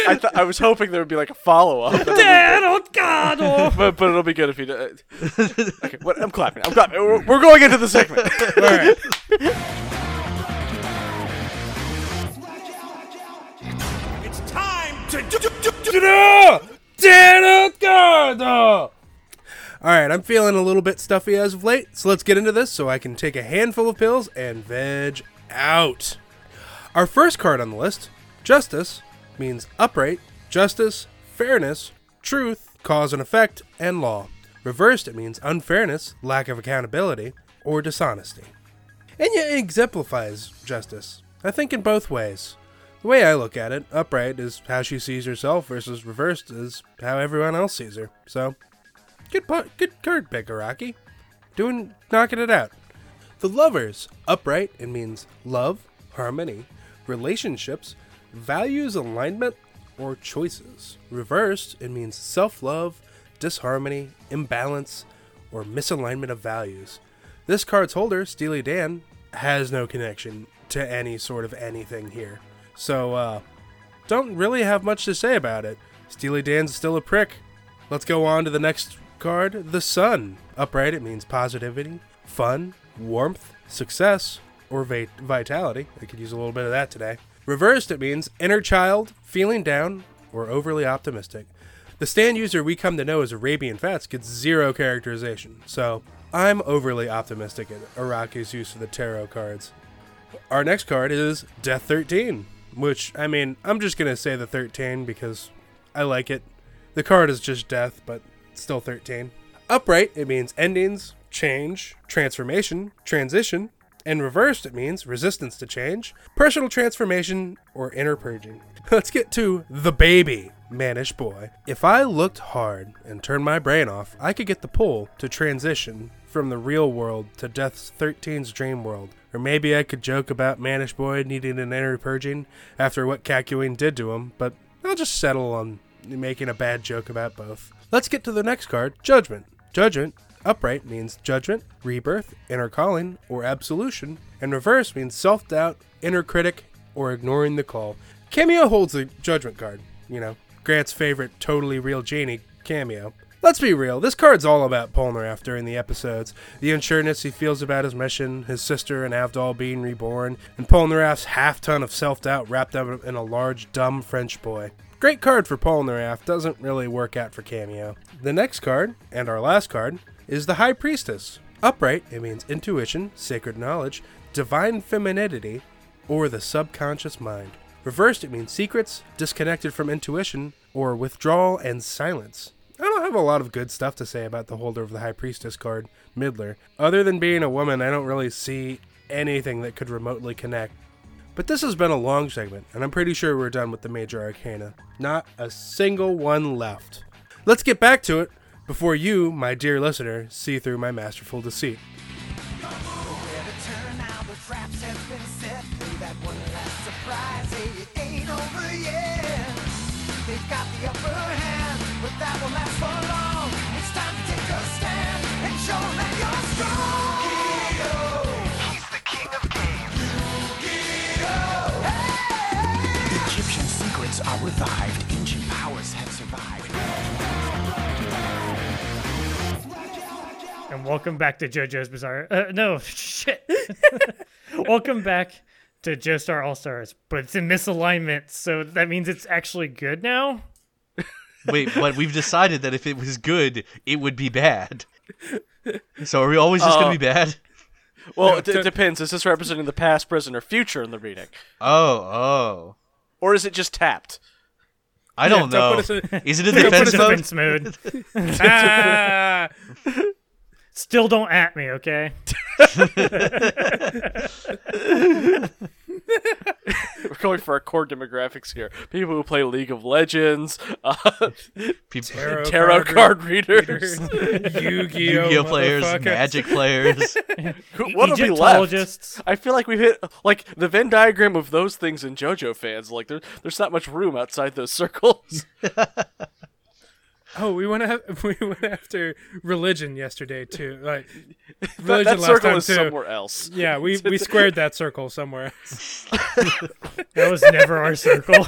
Speaker 2: I, th- I was hoping there would be like a follow up,
Speaker 3: Dead, oh God! oh.
Speaker 2: but, but it'll be good if you. Do- uh, okay, what, I'm clapping. I'm clapping. We're, we're going into the segment.
Speaker 4: All right.
Speaker 1: It's time to do, do, do, do.
Speaker 4: All right, I'm feeling a little bit stuffy as of late, so let's get into this so I can take a handful of pills and veg out. Our first card on the list, Justice, means upright, justice, fairness, truth, cause and effect, and law. Reversed, it means unfairness, lack of accountability, or dishonesty. And yet it exemplifies justice, I think, in both ways. The way I look at it, upright is how she sees herself versus reversed is how everyone else sees her. So, good pu- good card pick, Araki. Doing knocking it out. The lovers, upright, it means love, harmony, relationships, values alignment, or choices. Reversed, it means self love, disharmony, imbalance, or misalignment of values. This card's holder, Steely Dan, has no connection to any sort of anything here. So, uh, don't really have much to say about it. Steely Dan's still a prick. Let's go on to the next card The Sun. Upright, it means positivity, fun, warmth, success, or va- vitality. I could use a little bit of that today. Reversed, it means inner child, feeling down, or overly optimistic. The stand user we come to know as Arabian Fats gets zero characterization, so I'm overly optimistic at Araki's use of the tarot cards our next card is Death 13, which, I mean, I'm just going to say the 13 because I like it. The card is just death, but still 13. Upright, it means endings, change, transformation, transition, and reversed, it means resistance to change, personal transformation, or inner purging. Let's get to the baby, mannish boy. If I looked hard and turned my brain off, I could get the pull to transition from the real world to Death 13's dream world. Or maybe I could joke about Manish Boy needing an inner purging after what Cacuane did to him, but I'll just settle on making a bad joke about both. Let's get to the next card Judgment. Judgment, upright means judgment, rebirth, inner calling, or absolution, and reverse means self doubt, inner critic, or ignoring the call. Cameo holds the judgment card, you know, Grant's favorite totally real genie cameo.
Speaker 6: Let's be real. This card's all about Polnareff during the episodes. The unsureness he feels about his mission, his sister and Avdol being reborn, and Polnareff's half ton of self doubt wrapped up in a large, dumb French boy. Great card for Polnareff, doesn't really work out for Cameo. The next card, and our last card, is the High Priestess. Upright, it means intuition, sacred knowledge, divine femininity, or the subconscious mind. Reversed, it means secrets, disconnected from intuition, or withdrawal and silence. I don't have a lot of good stuff to say about the holder of the High Priestess card, Midler. Other than being a woman, I don't really see anything that could remotely connect. But this has been a long segment, and I'm pretty sure we're done with the major arcana. Not a single one left. Let's get back to it before you, my dear listener, see through my masterful deceit.
Speaker 7: turn now the traps have been set Play that one last surprise Hey, it ain't over yet They've got the upper hand But that won't last for long It's time to take a stand And show that you're strong Hero He's the king of games Hero Egyptian secrets are revived Ancient powers have survived
Speaker 3: And welcome back to JoJo's Bizarre. Uh, no, shit. welcome back to JoStar All Stars, but it's in misalignment, so that means it's actually good now.
Speaker 5: Wait, but we've decided that if it was good, it would be bad. So are we always just gonna be
Speaker 4: Uh,
Speaker 5: bad?
Speaker 2: Well, it, it depends. Is this representing the past, present, or future in the reading,
Speaker 5: Oh, oh.
Speaker 2: or is it just tapped?
Speaker 5: I don't
Speaker 4: don't put
Speaker 5: know.
Speaker 4: us in-
Speaker 5: Is it in defense
Speaker 3: Defense
Speaker 5: mode?
Speaker 3: mode.
Speaker 4: Ah!
Speaker 3: Still don't at me, okay?
Speaker 2: We're going for our core demographics here: people who play League of Legends, uh,
Speaker 5: People,
Speaker 2: tarot card readers.
Speaker 4: Yu-Gi-Oh,
Speaker 5: Yu-Gi-Oh players,
Speaker 4: motherfucker.
Speaker 5: Magic players.
Speaker 2: Who- what have we left?
Speaker 3: Egyptologists.
Speaker 2: I feel like we've hit like the Venn diagram of those things in JoJo fans. Like there, there's not much room outside those circles.
Speaker 4: Oh, we went af- we went after religion yesterday too. Like
Speaker 2: That,
Speaker 4: religion
Speaker 2: that
Speaker 4: last
Speaker 2: circle
Speaker 4: time
Speaker 2: is
Speaker 4: too.
Speaker 2: somewhere else.
Speaker 4: Yeah, we we squared that circle somewhere.
Speaker 3: That was never our circle.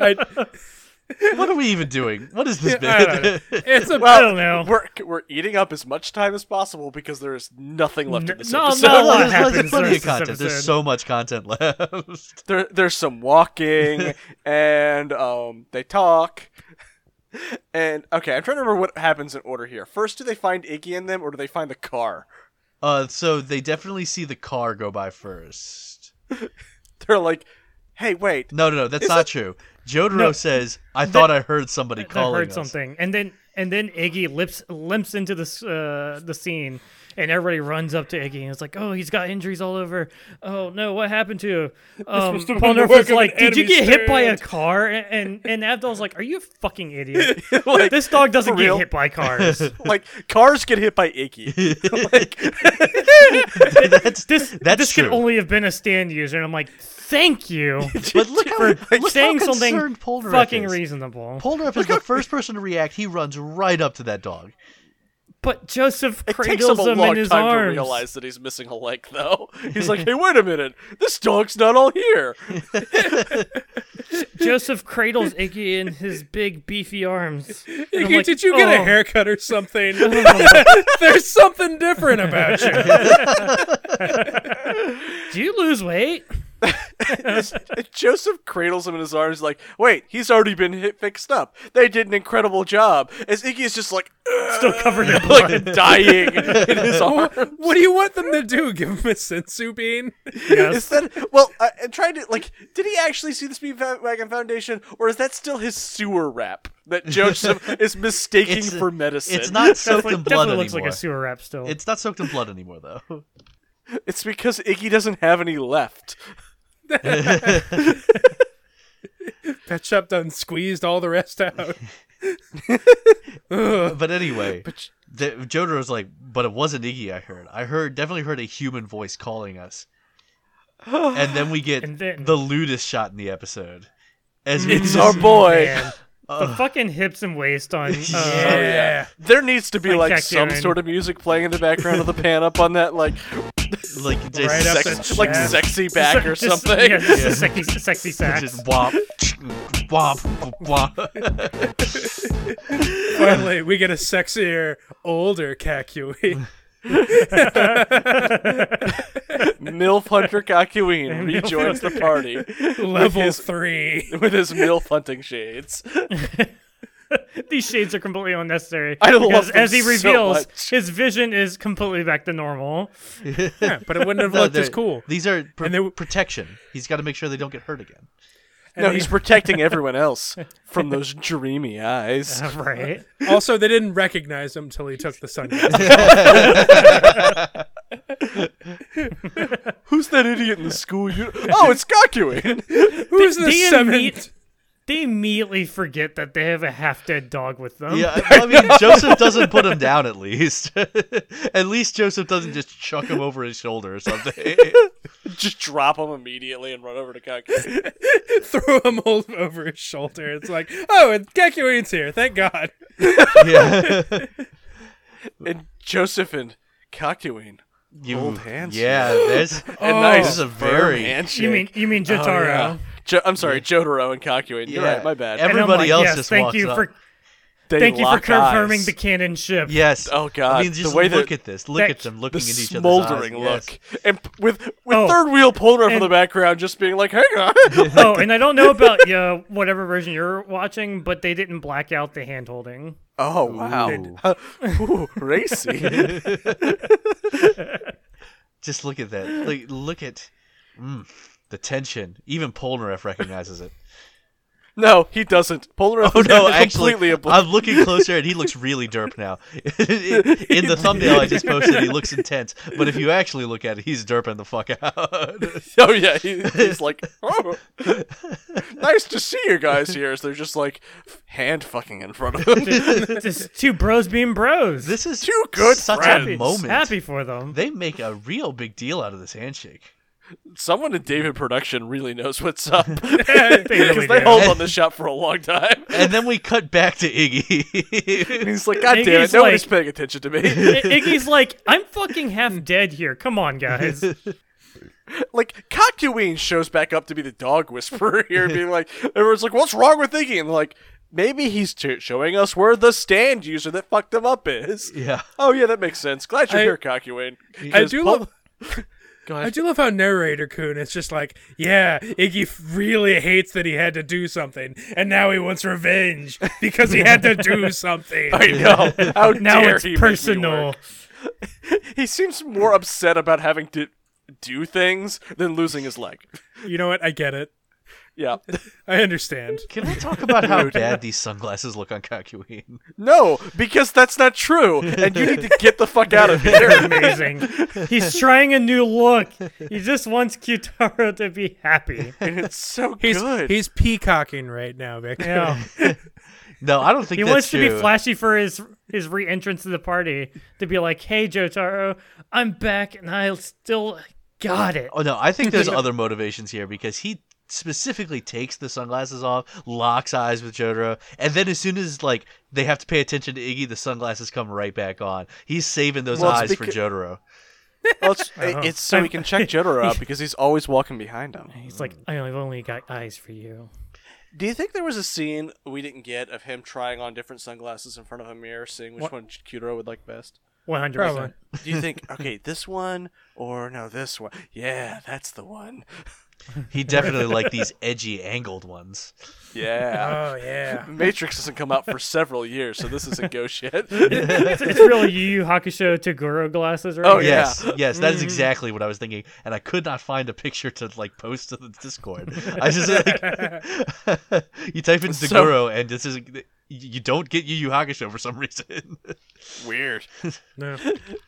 Speaker 4: I,
Speaker 5: what are we even doing? What is this
Speaker 4: I don't know.
Speaker 5: bit?
Speaker 4: It's a
Speaker 3: I don't know.
Speaker 2: Uh, We're we're eating up as much time as possible because there is nothing left in this
Speaker 3: no,
Speaker 2: episode.
Speaker 3: no. A lot
Speaker 5: there's, there's plenty
Speaker 3: happens during
Speaker 5: of
Speaker 3: this
Speaker 5: content.
Speaker 3: episode.
Speaker 5: There's so much content left.
Speaker 2: There, there's some walking and um they talk. And okay, I'm trying to remember what happens in order here. First, do they find Iggy in them, or do they find the car?
Speaker 5: Uh, so they definitely see the car go by first.
Speaker 2: They're like, "Hey, wait,
Speaker 5: No, no, no, that's not true. Jotaro says, "I thought I heard somebody
Speaker 3: I
Speaker 5: calling
Speaker 3: heard
Speaker 5: us."
Speaker 3: something, and then and then Iggy lips limps into this uh, the scene, and everybody runs up to Iggy and it's like, "Oh, he's got injuries all over. Oh no, what happened to him?" Um,
Speaker 4: to have
Speaker 3: Paul
Speaker 4: been the
Speaker 3: Nerf
Speaker 4: work
Speaker 3: was
Speaker 4: of
Speaker 3: like,
Speaker 4: an
Speaker 3: "Did you
Speaker 4: enemy
Speaker 3: get hit by a
Speaker 4: stand."
Speaker 3: car?" And and, and Abdul's like, "Are you a fucking idiot?
Speaker 2: Like,
Speaker 3: this dog doesn't
Speaker 2: for
Speaker 3: get
Speaker 2: real?
Speaker 3: hit by cars.
Speaker 2: like cars get hit by Iggy."
Speaker 5: that's
Speaker 3: This
Speaker 5: That's
Speaker 3: this
Speaker 5: true.
Speaker 3: could only have been a stand user." And I'm like, "Thank you
Speaker 5: but look how, look how
Speaker 3: for saying something
Speaker 5: concerned Polnareff
Speaker 3: fucking
Speaker 5: is.
Speaker 3: reasonable."
Speaker 5: Polnareff is the first person to react. He runs right up to that dog.
Speaker 3: But Joseph
Speaker 2: It takes him
Speaker 3: cradles
Speaker 2: a
Speaker 3: him,
Speaker 2: long
Speaker 3: in his
Speaker 2: time to
Speaker 3: arms.
Speaker 2: realize that he's missing a leg, though. He's like, "Hey, wait a minute, this dog's not all here."
Speaker 3: Joseph cradles Iggy in his big beefy arms. And I'm
Speaker 4: Iggy,
Speaker 3: like,
Speaker 4: did you get a
Speaker 3: "Oh."
Speaker 4: haircut or something? There's something different about you.
Speaker 3: Do you lose weight?
Speaker 2: Joseph cradles him in his arms, like, "Wait, he's already been hit, fixed up. They did an incredible job." As Iggy is just like,
Speaker 3: Still covered in blood.
Speaker 2: like dying in his arms.
Speaker 4: What do you want them to do? Give him a sensu bean?
Speaker 2: Is that well? I, I'm trying to like. Did he actually see the Speedwagon Foundation, or is that still his sewer wrap that Joseph is mistaking
Speaker 5: It's-
Speaker 2: for medicine?
Speaker 5: It's not soaked in
Speaker 3: definitely
Speaker 5: blood
Speaker 3: looks like
Speaker 5: anymore.
Speaker 3: a sewer rap still.
Speaker 5: it's not soaked in blood anymore, though.
Speaker 2: It's because Iggy doesn't have any left.
Speaker 4: Pet shop done squeezed all the rest out.
Speaker 5: But anyway, the, Jotaro's like, but it wasn't Iggy. I heard. I heard definitely heard a human voice calling us. And then we get
Speaker 3: And then-
Speaker 5: the lewdest shot in the episode. As
Speaker 2: It's our boy.
Speaker 3: Man, the fucking hips and waist on. Uh,
Speaker 4: Yeah.
Speaker 2: Oh, There needs to be
Speaker 3: Like
Speaker 2: like,
Speaker 3: Jack
Speaker 2: some
Speaker 3: Dylan.
Speaker 2: sort of music playing in the background of the pan up on that, like
Speaker 5: like just
Speaker 4: Right up
Speaker 5: sex,
Speaker 4: the
Speaker 2: like
Speaker 4: Yeah.
Speaker 2: sexy back or
Speaker 3: just- just-
Speaker 2: something.
Speaker 3: Yeah, just
Speaker 5: Yeah.
Speaker 3: a sexy, sexy sax.
Speaker 5: just womp, womp, womp.
Speaker 4: Finally, we get a sexier, older Kakui.
Speaker 2: Milf Hunter Kakuin rejoins the party with
Speaker 4: Level
Speaker 2: his,
Speaker 4: three.
Speaker 2: with his Milf hunting shades.
Speaker 3: These shades are completely unnecessary.
Speaker 2: I love
Speaker 3: because
Speaker 2: them
Speaker 3: as he
Speaker 2: so
Speaker 3: reveals,
Speaker 2: much.
Speaker 3: his vision is completely back to normal.
Speaker 4: Yeah, but it wouldn't have
Speaker 5: No,
Speaker 4: looked as
Speaker 5: they're-
Speaker 4: cool.
Speaker 5: These are pr-
Speaker 4: And they w-
Speaker 5: protection. He's got to make sure they don't get hurt again.
Speaker 2: No, he's protecting everyone else from those dreamy eyes.
Speaker 3: Uh-huh. Right.
Speaker 4: Also, they didn't recognize him till he took the sunglasses.
Speaker 2: Who's that idiot in the school? You- oh, it's Kakuin.
Speaker 4: Who's the
Speaker 3: They
Speaker 4: seventh?
Speaker 3: immediate- They immediately forget that they have a half dead dog with them.
Speaker 5: Yeah, I mean Joseph doesn't put him down. At least, at least Joseph doesn't just chuck him over his shoulder or something.
Speaker 2: Just drop him immediately and run over to Kakuin.
Speaker 4: throw him all over his shoulder. It's like, oh, and Kakuin's here. Thank God.
Speaker 5: yeah,
Speaker 2: And Joseph and Kakuin.
Speaker 5: you,
Speaker 2: Hold hands.
Speaker 5: Yeah, there's
Speaker 2: And
Speaker 5: this
Speaker 2: nice
Speaker 5: is a
Speaker 2: firm
Speaker 5: very
Speaker 2: handshake. Oh,
Speaker 3: You mean you mean
Speaker 4: Oh,
Speaker 3: Jotaro?
Speaker 2: Jo- I'm sorry, Jotaro and Kakuin. You're
Speaker 5: Yeah.
Speaker 2: right, my bad.
Speaker 5: Every-
Speaker 3: And I'm
Speaker 5: Everybody
Speaker 3: like,
Speaker 5: else
Speaker 3: yes,
Speaker 5: just
Speaker 3: thank
Speaker 5: walks
Speaker 3: you
Speaker 5: up.
Speaker 3: for
Speaker 2: They
Speaker 3: thank you for
Speaker 2: lock
Speaker 3: confirming
Speaker 2: eyes.
Speaker 3: the cannon ship.
Speaker 5: yes.
Speaker 2: Oh, God.
Speaker 5: I mean,
Speaker 2: The
Speaker 5: just
Speaker 2: way
Speaker 5: look
Speaker 2: that-
Speaker 5: at this. Look
Speaker 3: that-
Speaker 5: at them
Speaker 2: the
Speaker 5: looking at each other.
Speaker 2: smoldering
Speaker 5: eyes.
Speaker 2: look, and p- with with
Speaker 3: Oh.
Speaker 2: third wheel Polnareff in
Speaker 3: And-
Speaker 2: the background, just being like, "Hey guys,
Speaker 3: Oh, and I don't know about uh, whatever version you're watching, but they didn't black out the hand holding.
Speaker 2: oh wow, Ooh, racy."
Speaker 5: Just look at that. Like, look at mm, the tension. Even Polnareff recognizes it.
Speaker 2: no, he doesn't. Polnareff
Speaker 5: Oh no!
Speaker 2: is
Speaker 5: Actually,
Speaker 2: completely oblivious.
Speaker 5: I'm looking closer, and he looks really derp now. in the thumbnail I just posted, he looks intense. But if you actually look at it, he's derping the fuck out.
Speaker 2: Oh yeah, he, he's like, "Oh, nice to see you guys here." So they're just like hand fucking in front of him.
Speaker 3: Just two bros being bros.
Speaker 5: this is
Speaker 2: Two good
Speaker 5: such a
Speaker 2: friends.
Speaker 5: moment.
Speaker 3: happy for them.
Speaker 5: They make a real big deal out of this handshake.
Speaker 2: Someone in David Production really knows what's up because
Speaker 3: They really
Speaker 2: they
Speaker 3: do.
Speaker 2: hold on this shot for a long time.
Speaker 5: And then we cut back to
Speaker 2: And
Speaker 5: Iggy.
Speaker 2: he's like, "God
Speaker 3: And
Speaker 2: damn it,
Speaker 3: he's
Speaker 2: nobody's
Speaker 3: like-
Speaker 2: paying attention to me."
Speaker 3: I- Iggy's like, I'm fucking half dead here. Come on, guys.
Speaker 2: like Kakuin shows back up to be the dog whisperer here, being like, everyone's like, "What's wrong with Iggy?" And like, maybe he's t- showing us where the stand user that fucked him up is.
Speaker 5: yeah.
Speaker 2: Oh yeah, that makes sense. Glad you're
Speaker 4: I-
Speaker 2: here, Kakuin.
Speaker 4: I do
Speaker 2: Pol-
Speaker 4: love. I do love how narrator Kun is just like, yeah, Iggy f- really hates that he had to do something, and now he wants revenge because he had to do something.
Speaker 2: I know. How
Speaker 3: now
Speaker 2: dare
Speaker 3: it's
Speaker 2: he make me
Speaker 3: personal.
Speaker 2: work. He seems more upset about having to do things than losing his leg.
Speaker 4: You know what? I get it.
Speaker 2: Yeah.
Speaker 4: I understand.
Speaker 5: Can we talk about how bad these sunglasses look on Kakuin?
Speaker 2: No, because that's not true, and you need to get the fuck out of here.
Speaker 3: Amazing. He's trying a new look. He just wants Kyutaro to be happy.
Speaker 2: And it's so
Speaker 4: He's
Speaker 2: good.
Speaker 4: he's peacocking right now, Vic.
Speaker 3: Yeah.
Speaker 5: No, I don't think
Speaker 3: He
Speaker 5: that's
Speaker 3: wants to
Speaker 5: true.
Speaker 3: be flashy for his his re-entrance to the party to be like, "Hey, Jotaro, I'm back and I still got it."
Speaker 5: Oh no, I think there's other motivations here because he specifically takes the sunglasses off, locks eyes with Jotaro, and then as soon as like they have to pay attention to Iggy, the sunglasses come right back on. He's saving those
Speaker 2: Well,
Speaker 5: eyes
Speaker 2: it's
Speaker 5: for
Speaker 2: becau-
Speaker 5: Jotaro.
Speaker 2: Well, it's, it's so he can check Jotaro out because he's always walking behind him.
Speaker 3: He's like, "I've only got eyes for you."
Speaker 2: Do you think there was a scene we didn't get of him trying on different sunglasses in front of a mirror, seeing which one Kudoro would like best?
Speaker 3: One hundred
Speaker 4: Probably.
Speaker 3: percent.
Speaker 2: Do you think, okay, this one or no, this one? Yeah, that's the one.
Speaker 5: He definitely liked these edgy angled ones.
Speaker 2: Yeah.
Speaker 4: Oh yeah.
Speaker 2: Matrix doesn't come out for several years, so this isn't go shit.
Speaker 3: It's, it's really Yu Yu Hakusho Toguro glasses, right?
Speaker 2: Oh, yeah.
Speaker 5: Yes, yes, that is exactly what I was thinking, and I could not find a picture to like post to the Discord. I just like you type in
Speaker 2: So-
Speaker 5: Deguro and this is you don't get Yu Yu Hakusho for some reason.
Speaker 2: Weird.
Speaker 4: No.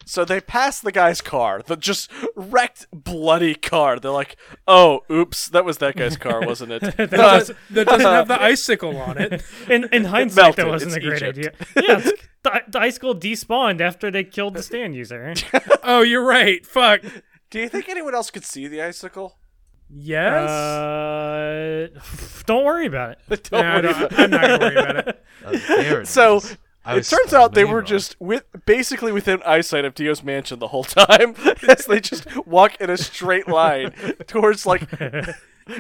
Speaker 2: So they pass the guy's car, the just wrecked, bloody car. They're like, oh, oops, that was that guy's car, wasn't it? Uh,
Speaker 4: That doesn't have the icicle on it.
Speaker 3: In, in hindsight,
Speaker 2: melted.
Speaker 3: that wasn't
Speaker 2: It's
Speaker 3: a great
Speaker 2: Egypt.
Speaker 3: idea. Yeah, it's, the, the ice cold despawned after they killed the stand user.
Speaker 4: Oh, you're right. Fuck.
Speaker 2: Do you think anyone else could see the icicle?
Speaker 4: Yes.
Speaker 3: Uh, don't worry about it.
Speaker 2: Don't
Speaker 4: Nah,
Speaker 2: worry
Speaker 4: I don't- I'm not gonna worry about it.
Speaker 5: Oh, there it
Speaker 2: So
Speaker 5: is. I
Speaker 2: it
Speaker 5: was
Speaker 2: turns
Speaker 5: spelling
Speaker 2: out they
Speaker 5: the name
Speaker 2: were
Speaker 5: wrong.
Speaker 2: just with basically within eyesight of Dio's mansion the whole time as they just walk in a straight line towards like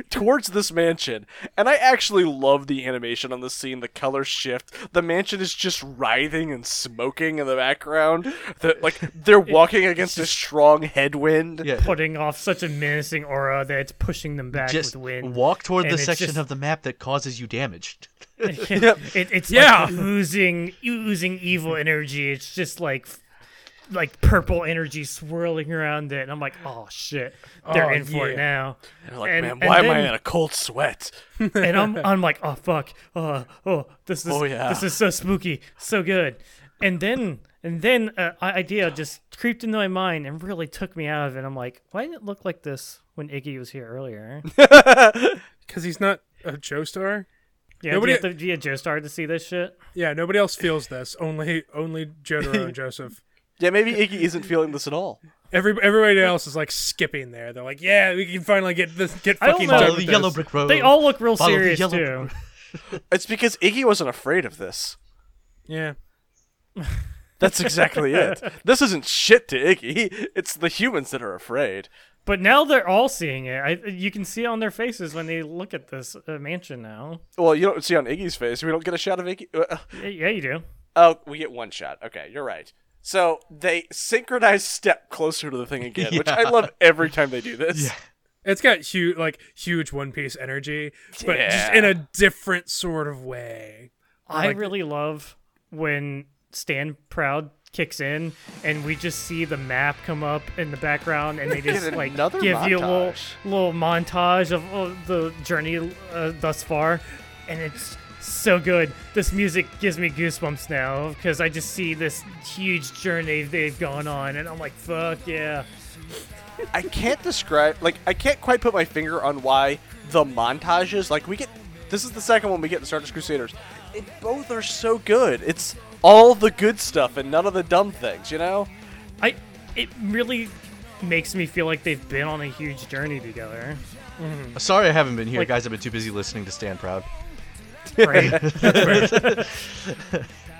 Speaker 2: towards this mansion. And I actually love the animation on the scene, the color shift. The mansion is just writhing and smoking in the background. The, like they're walking against a strong headwind.
Speaker 5: Yeah.
Speaker 3: putting off such a menacing aura that it's pushing them back
Speaker 5: Just
Speaker 3: with wind.
Speaker 5: walk toward
Speaker 3: And
Speaker 5: the
Speaker 3: it's
Speaker 5: section
Speaker 3: just-
Speaker 5: of the map that causes you damage.
Speaker 3: It, it's
Speaker 4: Yeah.
Speaker 3: like oozing, oozing evil energy. It's just like, like purple energy swirling around it. And I'm like, oh shit, they're
Speaker 4: Oh,
Speaker 3: in for
Speaker 4: yeah.
Speaker 3: it now.
Speaker 2: They're like,
Speaker 3: And-
Speaker 2: man,
Speaker 3: and
Speaker 2: why am I
Speaker 3: then-
Speaker 2: in a cold sweat?
Speaker 3: and I'm I'm like, oh fuck, oh oh, this is
Speaker 2: Oh, yeah.
Speaker 3: this is so spooky, so good. And then and then uh, i- idea just creeped into my mind and really took me out of it. I'm like, why didn't it look like this when Iggy was here earlier?
Speaker 4: because he's not a Joestar.
Speaker 3: Yeah,
Speaker 4: Nobody-
Speaker 3: do you have to be a Joestar to see this shit?
Speaker 4: Yeah, nobody else feels this. Only only Jotaro and Joseph.
Speaker 2: Yeah, maybe Iggy isn't feeling this at all.
Speaker 4: Every everybody else is like skipping there. They're like, yeah, we can finally get this get
Speaker 3: I don't
Speaker 4: fucking
Speaker 3: know.
Speaker 4: done
Speaker 5: Follow
Speaker 4: with
Speaker 5: the
Speaker 4: this.
Speaker 5: yellow brick road.
Speaker 3: They all look real
Speaker 5: Oh. Follow the
Speaker 3: serious
Speaker 5: yellow-
Speaker 3: too.
Speaker 2: It's because Iggy wasn't afraid of this.
Speaker 4: Yeah,
Speaker 2: That's exactly it. This isn't shit to Iggy. It's the humans that are afraid.
Speaker 3: But now they're all seeing it. I, you can see it on their faces when they look at this uh, mansion now.
Speaker 2: Well, you don't see on Iggy's face. We don't get a shot of Iggy. uh,
Speaker 3: Y- Yeah, you do.
Speaker 2: Oh, we get one shot. Okay, you're right. So they synchronize step closer to the thing again, which I love every time they do this.
Speaker 4: it's got huge like huge One Piece energy, but just in a different sort of way.
Speaker 3: I really love when Stan Proud kicks in and we just see the map come up in the background and they just like
Speaker 2: another
Speaker 3: give you a little
Speaker 2: montage.
Speaker 3: little montage of uh, the journey uh, thus far and it's so good. This music gives me goosebumps now because I just see this huge journey they've gone on and I'm like fuck yeah.
Speaker 2: I can't describe, like, I can't quite put my finger on why the montages, like, we get, this is the second one we get in Star Wars Crusaders. It, both are so good. It's all the good stuff and none of the dumb things, you know?
Speaker 3: I it really makes me feel like they've been on a huge journey together.
Speaker 5: Sorry, I haven't been here,
Speaker 3: Like-
Speaker 5: guys. I've been too busy listening to Stand Proud.
Speaker 3: Right.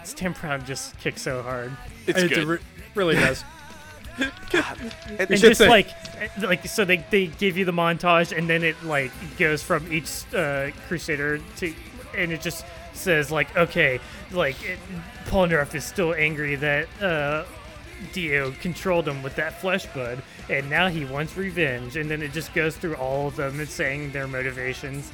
Speaker 3: Stan Proud just kicks so hard.
Speaker 2: It's
Speaker 4: It
Speaker 2: good.
Speaker 4: re- really does.
Speaker 3: and
Speaker 4: should
Speaker 3: just
Speaker 4: say-
Speaker 3: like eh, like so they, they give you the montage and then it like goes from each uh, crusader to and it just says like okay like it, Polnareff is still angry that uh, Dio controlled him with that flesh bud and now he wants revenge and then it just goes through all of them and saying their motivations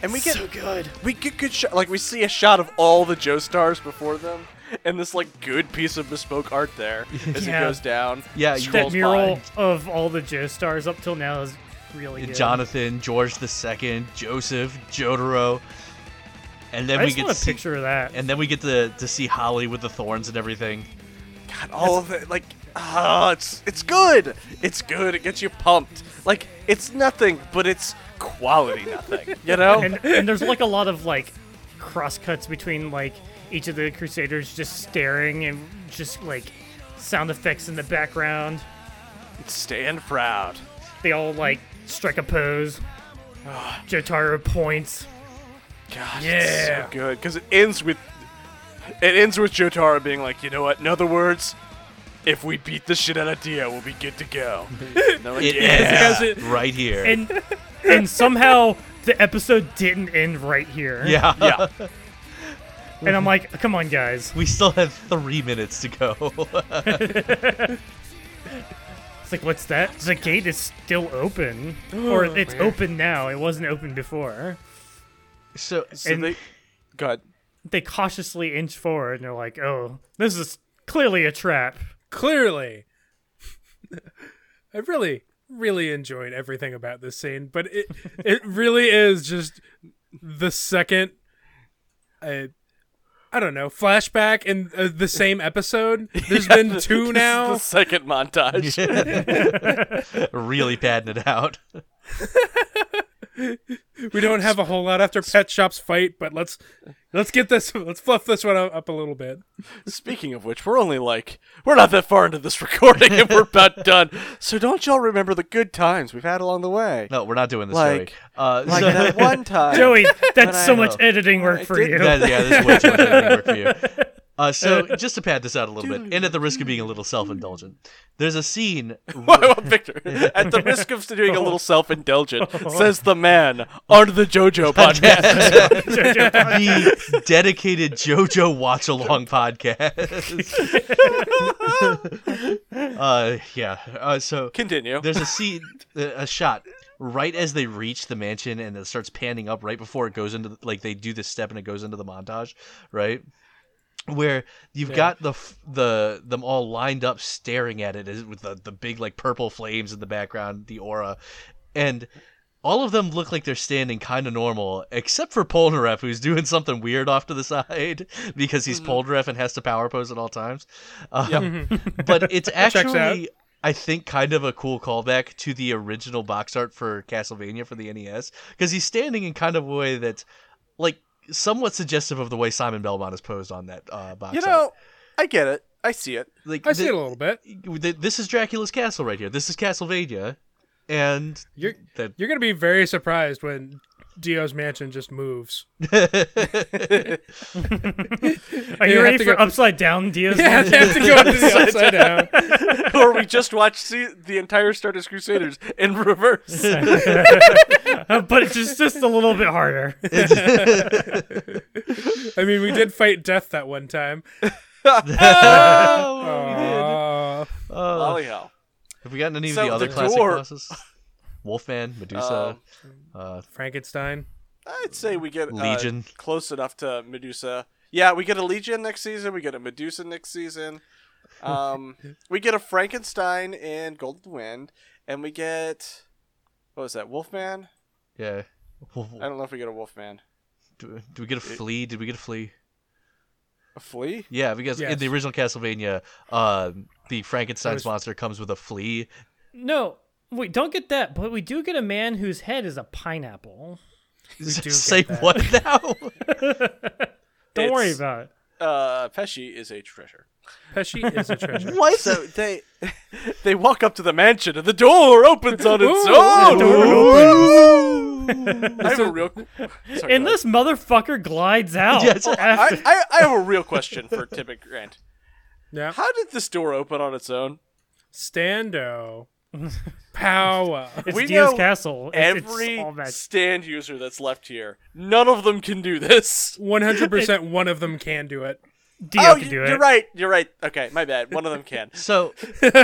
Speaker 2: and we get so good. We get good shot. Like we see a shot of all the Joe stars before them, and this like good piece of bespoke art there as
Speaker 3: Yeah.
Speaker 2: it goes down.
Speaker 5: Yeah, you-
Speaker 2: scrolls
Speaker 3: that mural
Speaker 2: by.
Speaker 3: of all the Joe stars up till now is really good.
Speaker 5: Jonathan, George II, Joseph, Jotaro, and then
Speaker 3: I
Speaker 5: we
Speaker 3: just
Speaker 5: get
Speaker 3: want
Speaker 5: to
Speaker 3: a
Speaker 5: see,
Speaker 3: picture of that.
Speaker 5: and then we get to to see Holly with the thorns and everything.
Speaker 2: God, all of it. Like, ah, it's it's good. It's good. It gets you pumped. Like it's nothing, but it's quality nothing. You know.
Speaker 3: and, and there's like a lot of like cross cuts between like each of the crusaders just staring and just like sound effects in the background
Speaker 2: Stand proud.
Speaker 3: they all like strike a pose jotaro points
Speaker 2: God, it's so good because it ends with it ends with Jotaro being like, you know what? In other words, if we beat the shit out of Dio, we'll be good to go. And they're like,
Speaker 5: It
Speaker 2: "Yeah."
Speaker 5: ends right here.
Speaker 3: and and somehow the episode didn't end right here
Speaker 5: yeah,
Speaker 2: yeah.
Speaker 3: and i'm like come on guys
Speaker 5: We still have three minutes to go.
Speaker 3: it's like what's that the gate is still open or it's open now it wasn't open before
Speaker 5: so
Speaker 2: So
Speaker 3: And-
Speaker 2: they, go ahead.
Speaker 3: they cautiously inch forward and they're like oh this is clearly a trap
Speaker 4: Clearly, I really really enjoyed everything about this scene, but it it really is just the second. I, I don't know. Flashback in uh, the same episode. There's been
Speaker 2: This
Speaker 4: two
Speaker 2: is
Speaker 4: now.
Speaker 2: the second montage.
Speaker 5: really padding it out.
Speaker 4: We don't have a whole lot after Pet Shop's fight, but let's let's get this let's fluff this one up, up a little bit.
Speaker 2: Speaking of which, we're only like we're not that far into this recording, and we're about done. So don't y'all remember the good times we've had along the way?
Speaker 5: No, we're not doing this
Speaker 2: Like-
Speaker 5: story. Uh,
Speaker 2: Like
Speaker 5: so-
Speaker 2: that one time.
Speaker 3: Joey, that's
Speaker 2: I
Speaker 3: so much
Speaker 2: know.
Speaker 3: editing work
Speaker 2: I
Speaker 3: for
Speaker 2: did
Speaker 3: you.
Speaker 5: That- yeah, this is way too much editing work for you. Uh, so just to pad this out a little bit, and at the risk of being a little self-indulgent, there's a scene.
Speaker 2: Well, Victor, at the risk of doing a little self-indulgent, says the man on the JoJo podcast.
Speaker 5: the dedicated JoJo watch along podcast. uh, yeah. Uh, so
Speaker 2: Continue.
Speaker 5: there's a scene, a shot right as they reach the mansion, and it starts panning up right before it goes into the, like they do this step and it goes into the montage, right? Where you've got the f- the them all lined up staring at it as- with the the big like purple flames in the background, the aura, and all of them look like they're standing kind of normal, except for Polnareff, who's doing something weird off to the side because he's Polnareff and has to power pose at all times. Um, but it's
Speaker 4: Mm-hmm. Checks out.
Speaker 5: actually, I think, kind of a cool callback to the original box art for Castlevania for the NES because he's standing in kind of a way that's like somewhat suggestive of the way Simon Belmont is posed on that uh, box
Speaker 2: you
Speaker 5: art.
Speaker 2: know, I get it. I see it.
Speaker 5: Like,
Speaker 4: I see
Speaker 5: th-
Speaker 4: it a little bit.
Speaker 5: th- this is Dracula's castle right here. This is Castlevania, and
Speaker 4: You're
Speaker 5: that
Speaker 4: you're gonna be very surprised when Dio's mansion just moves.
Speaker 3: Are
Speaker 4: You
Speaker 3: you
Speaker 4: have
Speaker 3: ready
Speaker 4: to
Speaker 3: for
Speaker 4: go-
Speaker 3: upside down Diaz?
Speaker 4: Yeah, they have to go to the upside down.
Speaker 2: or we just watched see, the entire Stardust Crusaders in reverse.
Speaker 3: but it's just, just a little bit harder.
Speaker 4: I mean, we did fight death that one time. Oh. Aw.
Speaker 5: uh,
Speaker 2: Holy hell.
Speaker 5: Have we gotten any
Speaker 2: So
Speaker 5: of the other
Speaker 2: the
Speaker 5: classic
Speaker 2: door-
Speaker 5: bosses? Wolfman, Medusa,
Speaker 2: Um,
Speaker 4: Frankenstein.
Speaker 2: I'd say we get uh,
Speaker 5: Legion.
Speaker 2: close enough to Medusa. Yeah, we get a Legion next season. We get a Medusa next season. Um, we get a Frankenstein in Golden Wind, and we get what was that? Wolfman?
Speaker 5: yeah.
Speaker 2: I don't know if we get a Wolfman.
Speaker 5: Do, do we get a flea? Did we get a flea?
Speaker 2: A flea?
Speaker 5: Yeah, because in
Speaker 4: Yes.
Speaker 5: the original Castlevania, uh, the Frankenstein's monster comes with a flea.
Speaker 3: No, we don't get that, but we do get a man whose head is a pineapple.
Speaker 4: do
Speaker 5: Say
Speaker 4: get that.
Speaker 5: what now?
Speaker 3: Don't worry
Speaker 2: It's-
Speaker 3: about it.
Speaker 2: Uh, Pesci is a treasure.
Speaker 4: Pesci is a treasure.
Speaker 2: What? So they they walk up to the mansion, and the door opens on its own. I have a real. Sorry,
Speaker 3: And
Speaker 2: go ahead.
Speaker 3: this motherfucker glides out.
Speaker 5: Yes.
Speaker 3: after-
Speaker 2: I, I, I have a real question for Tim and Grant.
Speaker 4: Yeah.
Speaker 2: How did this door open on its own?
Speaker 4: Stando. Power.
Speaker 3: it's
Speaker 2: we
Speaker 3: Diaz
Speaker 2: know
Speaker 3: Castle. It's- it's
Speaker 2: Every
Speaker 3: all magic.
Speaker 2: stand user that's left here, none of them can do this.
Speaker 4: 100% one of them can do it.
Speaker 3: Dio
Speaker 2: oh,
Speaker 3: can
Speaker 2: you-
Speaker 3: do
Speaker 2: you're
Speaker 3: it.
Speaker 2: right. You're right. Okay, my bad. One of them can.
Speaker 5: So,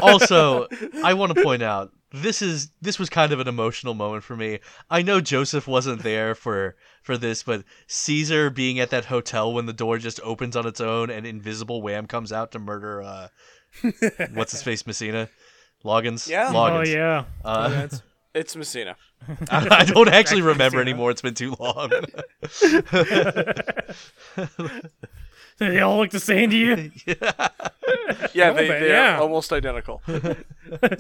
Speaker 5: also, I want to point out this is this was kind of an emotional moment for me. I know Joseph wasn't there for for this, but Caesar being at that hotel when the door just opens on its own and invisible Wham comes out to murder uh, what's his face Messina, Loggins.
Speaker 2: Yeah.
Speaker 3: Oh
Speaker 5: Loggins.
Speaker 3: yeah.
Speaker 5: Uh,
Speaker 2: It's Messina.
Speaker 5: I don't actually remember anymore. It's been too long.
Speaker 3: They all look the same to you.
Speaker 2: Yeah, they,
Speaker 4: bit,
Speaker 2: they
Speaker 4: yeah.
Speaker 2: are almost identical.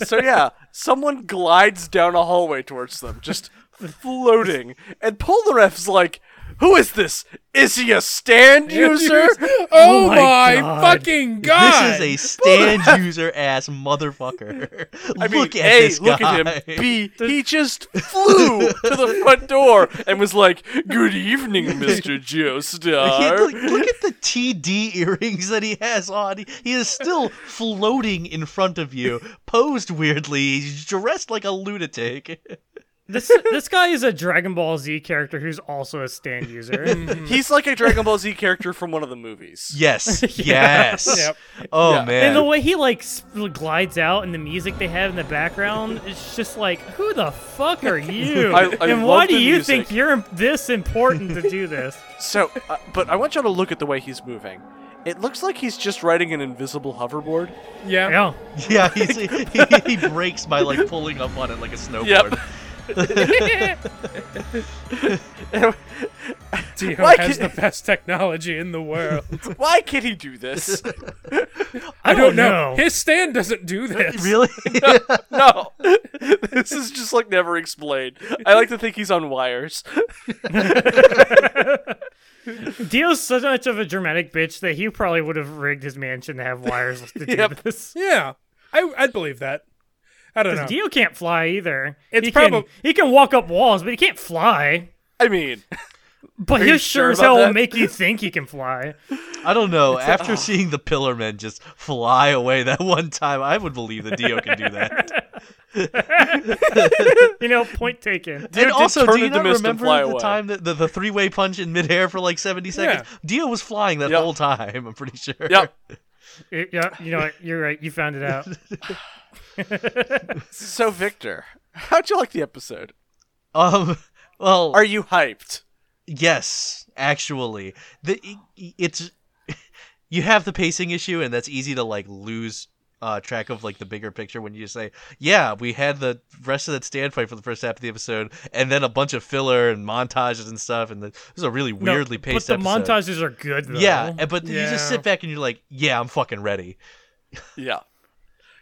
Speaker 2: so yeah, someone glides down a hallway towards them, just floating, and Polnareff's like, "Who is this? Is he a stand user?"
Speaker 4: Oh,
Speaker 3: my
Speaker 4: my,
Speaker 3: God.
Speaker 4: fucking god.
Speaker 5: this is a stand user ass motherfucker.
Speaker 2: I mean,
Speaker 5: look at
Speaker 2: A,
Speaker 5: this guy.
Speaker 2: look at him. B, he just flew to the front door and was like, "Good evening, Mr.
Speaker 5: He-
Speaker 2: Joestar."
Speaker 5: look, look at the TD earrings that he has on. He, he is still floating in front of you, posed weirdly. He's dressed like a lunatic.
Speaker 3: This this guy is a Dragon Ball Z character who's also a stand user.
Speaker 2: He's like a Dragon Ball Z character from one of the movies.
Speaker 5: Yes, yes.
Speaker 4: Yep.
Speaker 5: Oh
Speaker 2: Yeah.
Speaker 5: man.
Speaker 3: and the way he like s- glides out and the music they have in the background, it's just like, who the fuck are you?
Speaker 2: I- I
Speaker 3: and why
Speaker 2: love
Speaker 3: do
Speaker 2: the
Speaker 3: you
Speaker 2: music.
Speaker 3: think you're im- this important to do this?
Speaker 2: So, uh, but I want y'all to look at the way he's moving. It looks like he's just riding an invisible hoverboard.
Speaker 4: yeah.
Speaker 3: yeah.
Speaker 5: yeah, he's, he, he breaks by like pulling up on it like a snowboard.
Speaker 4: Dio
Speaker 2: Why
Speaker 4: has
Speaker 2: can't-
Speaker 4: the best technology in the world.
Speaker 2: Why can he do this?
Speaker 3: I
Speaker 4: I don't know. His stand doesn't do this.
Speaker 5: Really?
Speaker 2: No, this is just like never explained. I like to think he's on wires.
Speaker 3: Dio's so much of a dramatic bitch that he probably would have rigged his mansion to have wires to do
Speaker 2: Yep.
Speaker 3: this.
Speaker 4: Yeah. I, I'd believe that. I don't know.
Speaker 3: Dio can't fly either.
Speaker 4: It's
Speaker 3: he
Speaker 4: probab-
Speaker 3: can, he can walk up walls, but he can't fly.
Speaker 2: I mean,
Speaker 3: But
Speaker 2: you sure
Speaker 3: he sure as
Speaker 2: about
Speaker 3: hell will
Speaker 2: that?
Speaker 3: make you think he can fly.
Speaker 5: I don't know. After seeing the Pillar Men just fly away that one time, I would believe that Dio can do that.
Speaker 3: You know, point taken.
Speaker 5: and also,
Speaker 2: turn
Speaker 5: do you
Speaker 2: into
Speaker 5: not
Speaker 2: mist and
Speaker 5: remember
Speaker 2: fly
Speaker 5: the
Speaker 2: away.
Speaker 5: time that the, the three way punch in midair for like seventy seconds? Dio was flying that
Speaker 2: Yep.
Speaker 5: whole time. I'm pretty sure.
Speaker 2: Yep.
Speaker 3: Y- Yeah, you know, what? you're right. You found it out.
Speaker 2: So Victor, how'd you like the episode?
Speaker 5: Um. Well,
Speaker 2: Are you hyped?
Speaker 5: Yes, actually, the it's you have the pacing issue, and that's easy to like lose uh, track of like the bigger picture when you just say, "Yeah, we had the rest of that stand fight for the first half of the episode, and then a bunch of filler and montages and stuff, and the, this is a really
Speaker 3: No,
Speaker 5: weirdly paced
Speaker 3: But the
Speaker 5: episode."
Speaker 3: montages are good though.
Speaker 5: yeah, and- but you just
Speaker 4: Yeah.
Speaker 5: sit back and you're like, "Yeah, I'm fucking ready."
Speaker 2: Yeah.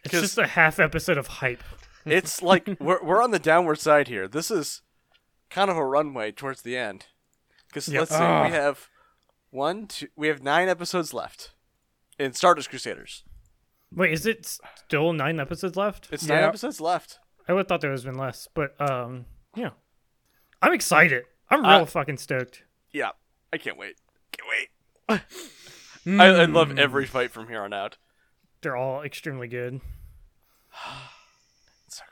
Speaker 3: it's
Speaker 2: 'cause-
Speaker 3: just a half episode of hype.
Speaker 2: It's like we're we're on the downward side here. This is kind of a runway towards the end. Because let's see,
Speaker 4: Ah.
Speaker 2: we have one, two, we have nine episodes left in Stardust Crusaders.
Speaker 3: Wait, is it still nine episodes left?
Speaker 2: It's nine
Speaker 4: Yeah.
Speaker 2: episodes left.
Speaker 3: I would have thought there was been less, but um, yeah, I'm excited. I'm
Speaker 2: Uh,
Speaker 3: real fucking stoked.
Speaker 2: Yeah, I can't wait. Can't wait. I, I
Speaker 4: Hmm.
Speaker 2: love every fight from here on out.
Speaker 3: They're all extremely good.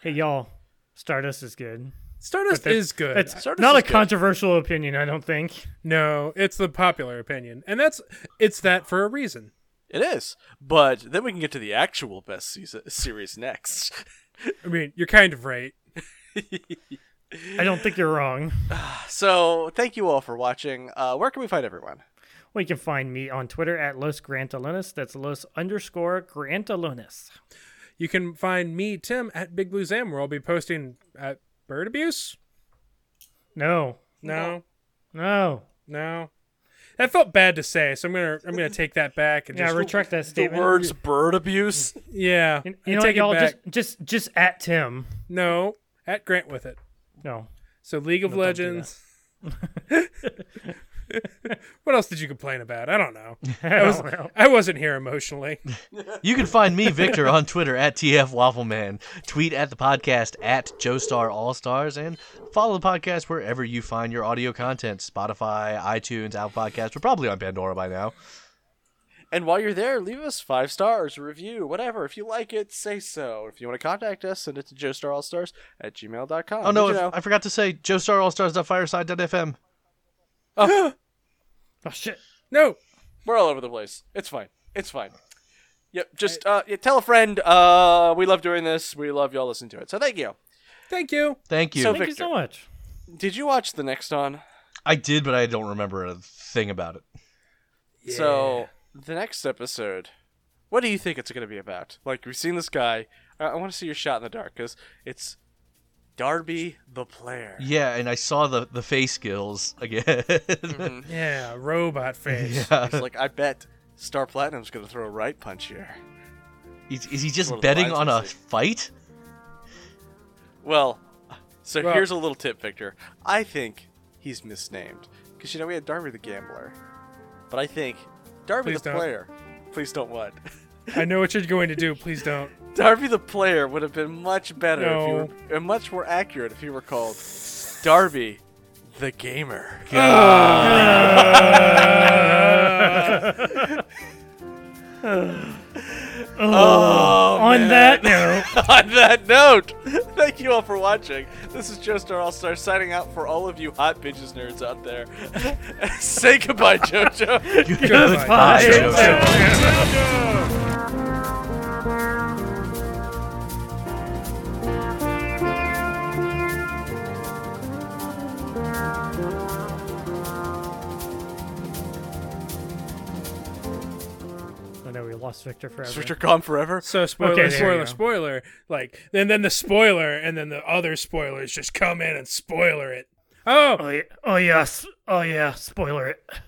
Speaker 3: Hey y'all, Stardust is good.
Speaker 4: Stardust
Speaker 3: that-
Speaker 4: is good.
Speaker 3: That's
Speaker 2: Stardust
Speaker 3: not
Speaker 2: is
Speaker 3: a
Speaker 2: good.
Speaker 3: controversial opinion, I don't think.
Speaker 4: No, it's the popular opinion, and that's it's that for a reason.
Speaker 2: It is, but then we can get to the actual best season, series next.
Speaker 4: I mean, you're kind of right.
Speaker 3: I don't think you're wrong.
Speaker 2: So thank you all for watching. Uh, where can we find everyone?
Speaker 3: Well, you can find me on Twitter at Los Grantalonis. That's Los underscore Grantalonis.
Speaker 4: You can find me, Tim, at Big Blue Zam, where I'll be posting at Bird Abuse.
Speaker 3: No,
Speaker 4: No,
Speaker 3: no.
Speaker 4: no, that felt bad to say, so I'm gonna I'm gonna take that back and
Speaker 3: Yeah,
Speaker 4: just,
Speaker 3: retract that
Speaker 2: The
Speaker 3: statement.
Speaker 2: words bird abuse.
Speaker 4: yeah,
Speaker 3: You,
Speaker 4: I
Speaker 3: you know what,
Speaker 4: take
Speaker 3: y'all?
Speaker 4: it back.
Speaker 3: Just, just, just at Tim.
Speaker 4: No, at Grant with it.
Speaker 3: No,
Speaker 4: So League of
Speaker 3: don't do
Speaker 4: Legends. what else did you complain about? I don't know. I, was,
Speaker 3: don't know.
Speaker 4: I wasn't here emotionally.
Speaker 5: You can find me, Victor, on Twitter at TF Waffleman. Tweet at the podcast at Joestar All Stars and follow the podcast wherever you find your audio content Spotify, iTunes, Apple Podcasts. We're probably on Pandora by now.
Speaker 2: And while you're there, leave us five stars, a review, whatever. If you like it, say so. If you want to contact us, send it to joestarallstars at gmail.com.
Speaker 5: Oh, no,
Speaker 2: Did
Speaker 5: I,
Speaker 2: you know?
Speaker 5: I forgot to say joestarallstars.fireside.fm.
Speaker 3: Oh shit.
Speaker 4: No,
Speaker 2: we're all over the place. It's fine. It's fine. Yep, just uh, yeah, tell a friend. Uh, we love doing this. We love y'all listening to it. So thank you.
Speaker 4: thank you.
Speaker 5: Thank you.
Speaker 2: So-
Speaker 3: Thank you
Speaker 2: Victor.
Speaker 3: so much.
Speaker 2: Did you watch the next on?
Speaker 5: I did, but I don't remember a thing about it.
Speaker 2: So the next episode, what do you think it's going to be about? Like we've seen this guy. I, I want to see your shot in the dark because it's Darby the player.
Speaker 5: Yeah, and I saw the, the face skills again.
Speaker 4: Yeah, robot face.
Speaker 2: He's Mm-hmm. like, I bet Star Platinum's going to throw a right punch here.
Speaker 5: is, is he just
Speaker 2: Sort of
Speaker 5: betting
Speaker 2: lines
Speaker 5: on
Speaker 2: I
Speaker 5: a
Speaker 2: see.
Speaker 5: fight?
Speaker 2: Well, so
Speaker 4: Well-
Speaker 2: here's a little tip, Victor. I think he's misnamed because you know we had Darby the Gambler, but I think Darby
Speaker 4: Please
Speaker 2: the
Speaker 4: don't.
Speaker 2: Player. Please don't what?
Speaker 4: I know what you're going to do. Please don't.
Speaker 2: Darby the Player would have been much better
Speaker 4: No.
Speaker 2: if you were, and much more accurate if you were called Darby the Gamer.
Speaker 3: Uh. Oh, On that note.
Speaker 2: On that note, thank you all for watching. This is Joestar All Star signing out for all of you hot bitches nerds out there. Say goodbye, JoJo.
Speaker 5: Bye,
Speaker 3: Joestar.
Speaker 5: Joestar.
Speaker 3: I know we lost Victor forever.
Speaker 2: Victor gone forever.
Speaker 4: So spoiler,
Speaker 3: Okay, there you go.
Speaker 4: spoiler, spoiler. Like, and then the spoiler, and then the other spoilers just come in and spoiler it. Oh,
Speaker 3: Oh, yeah. oh yes. Oh yeah. Spoiler it.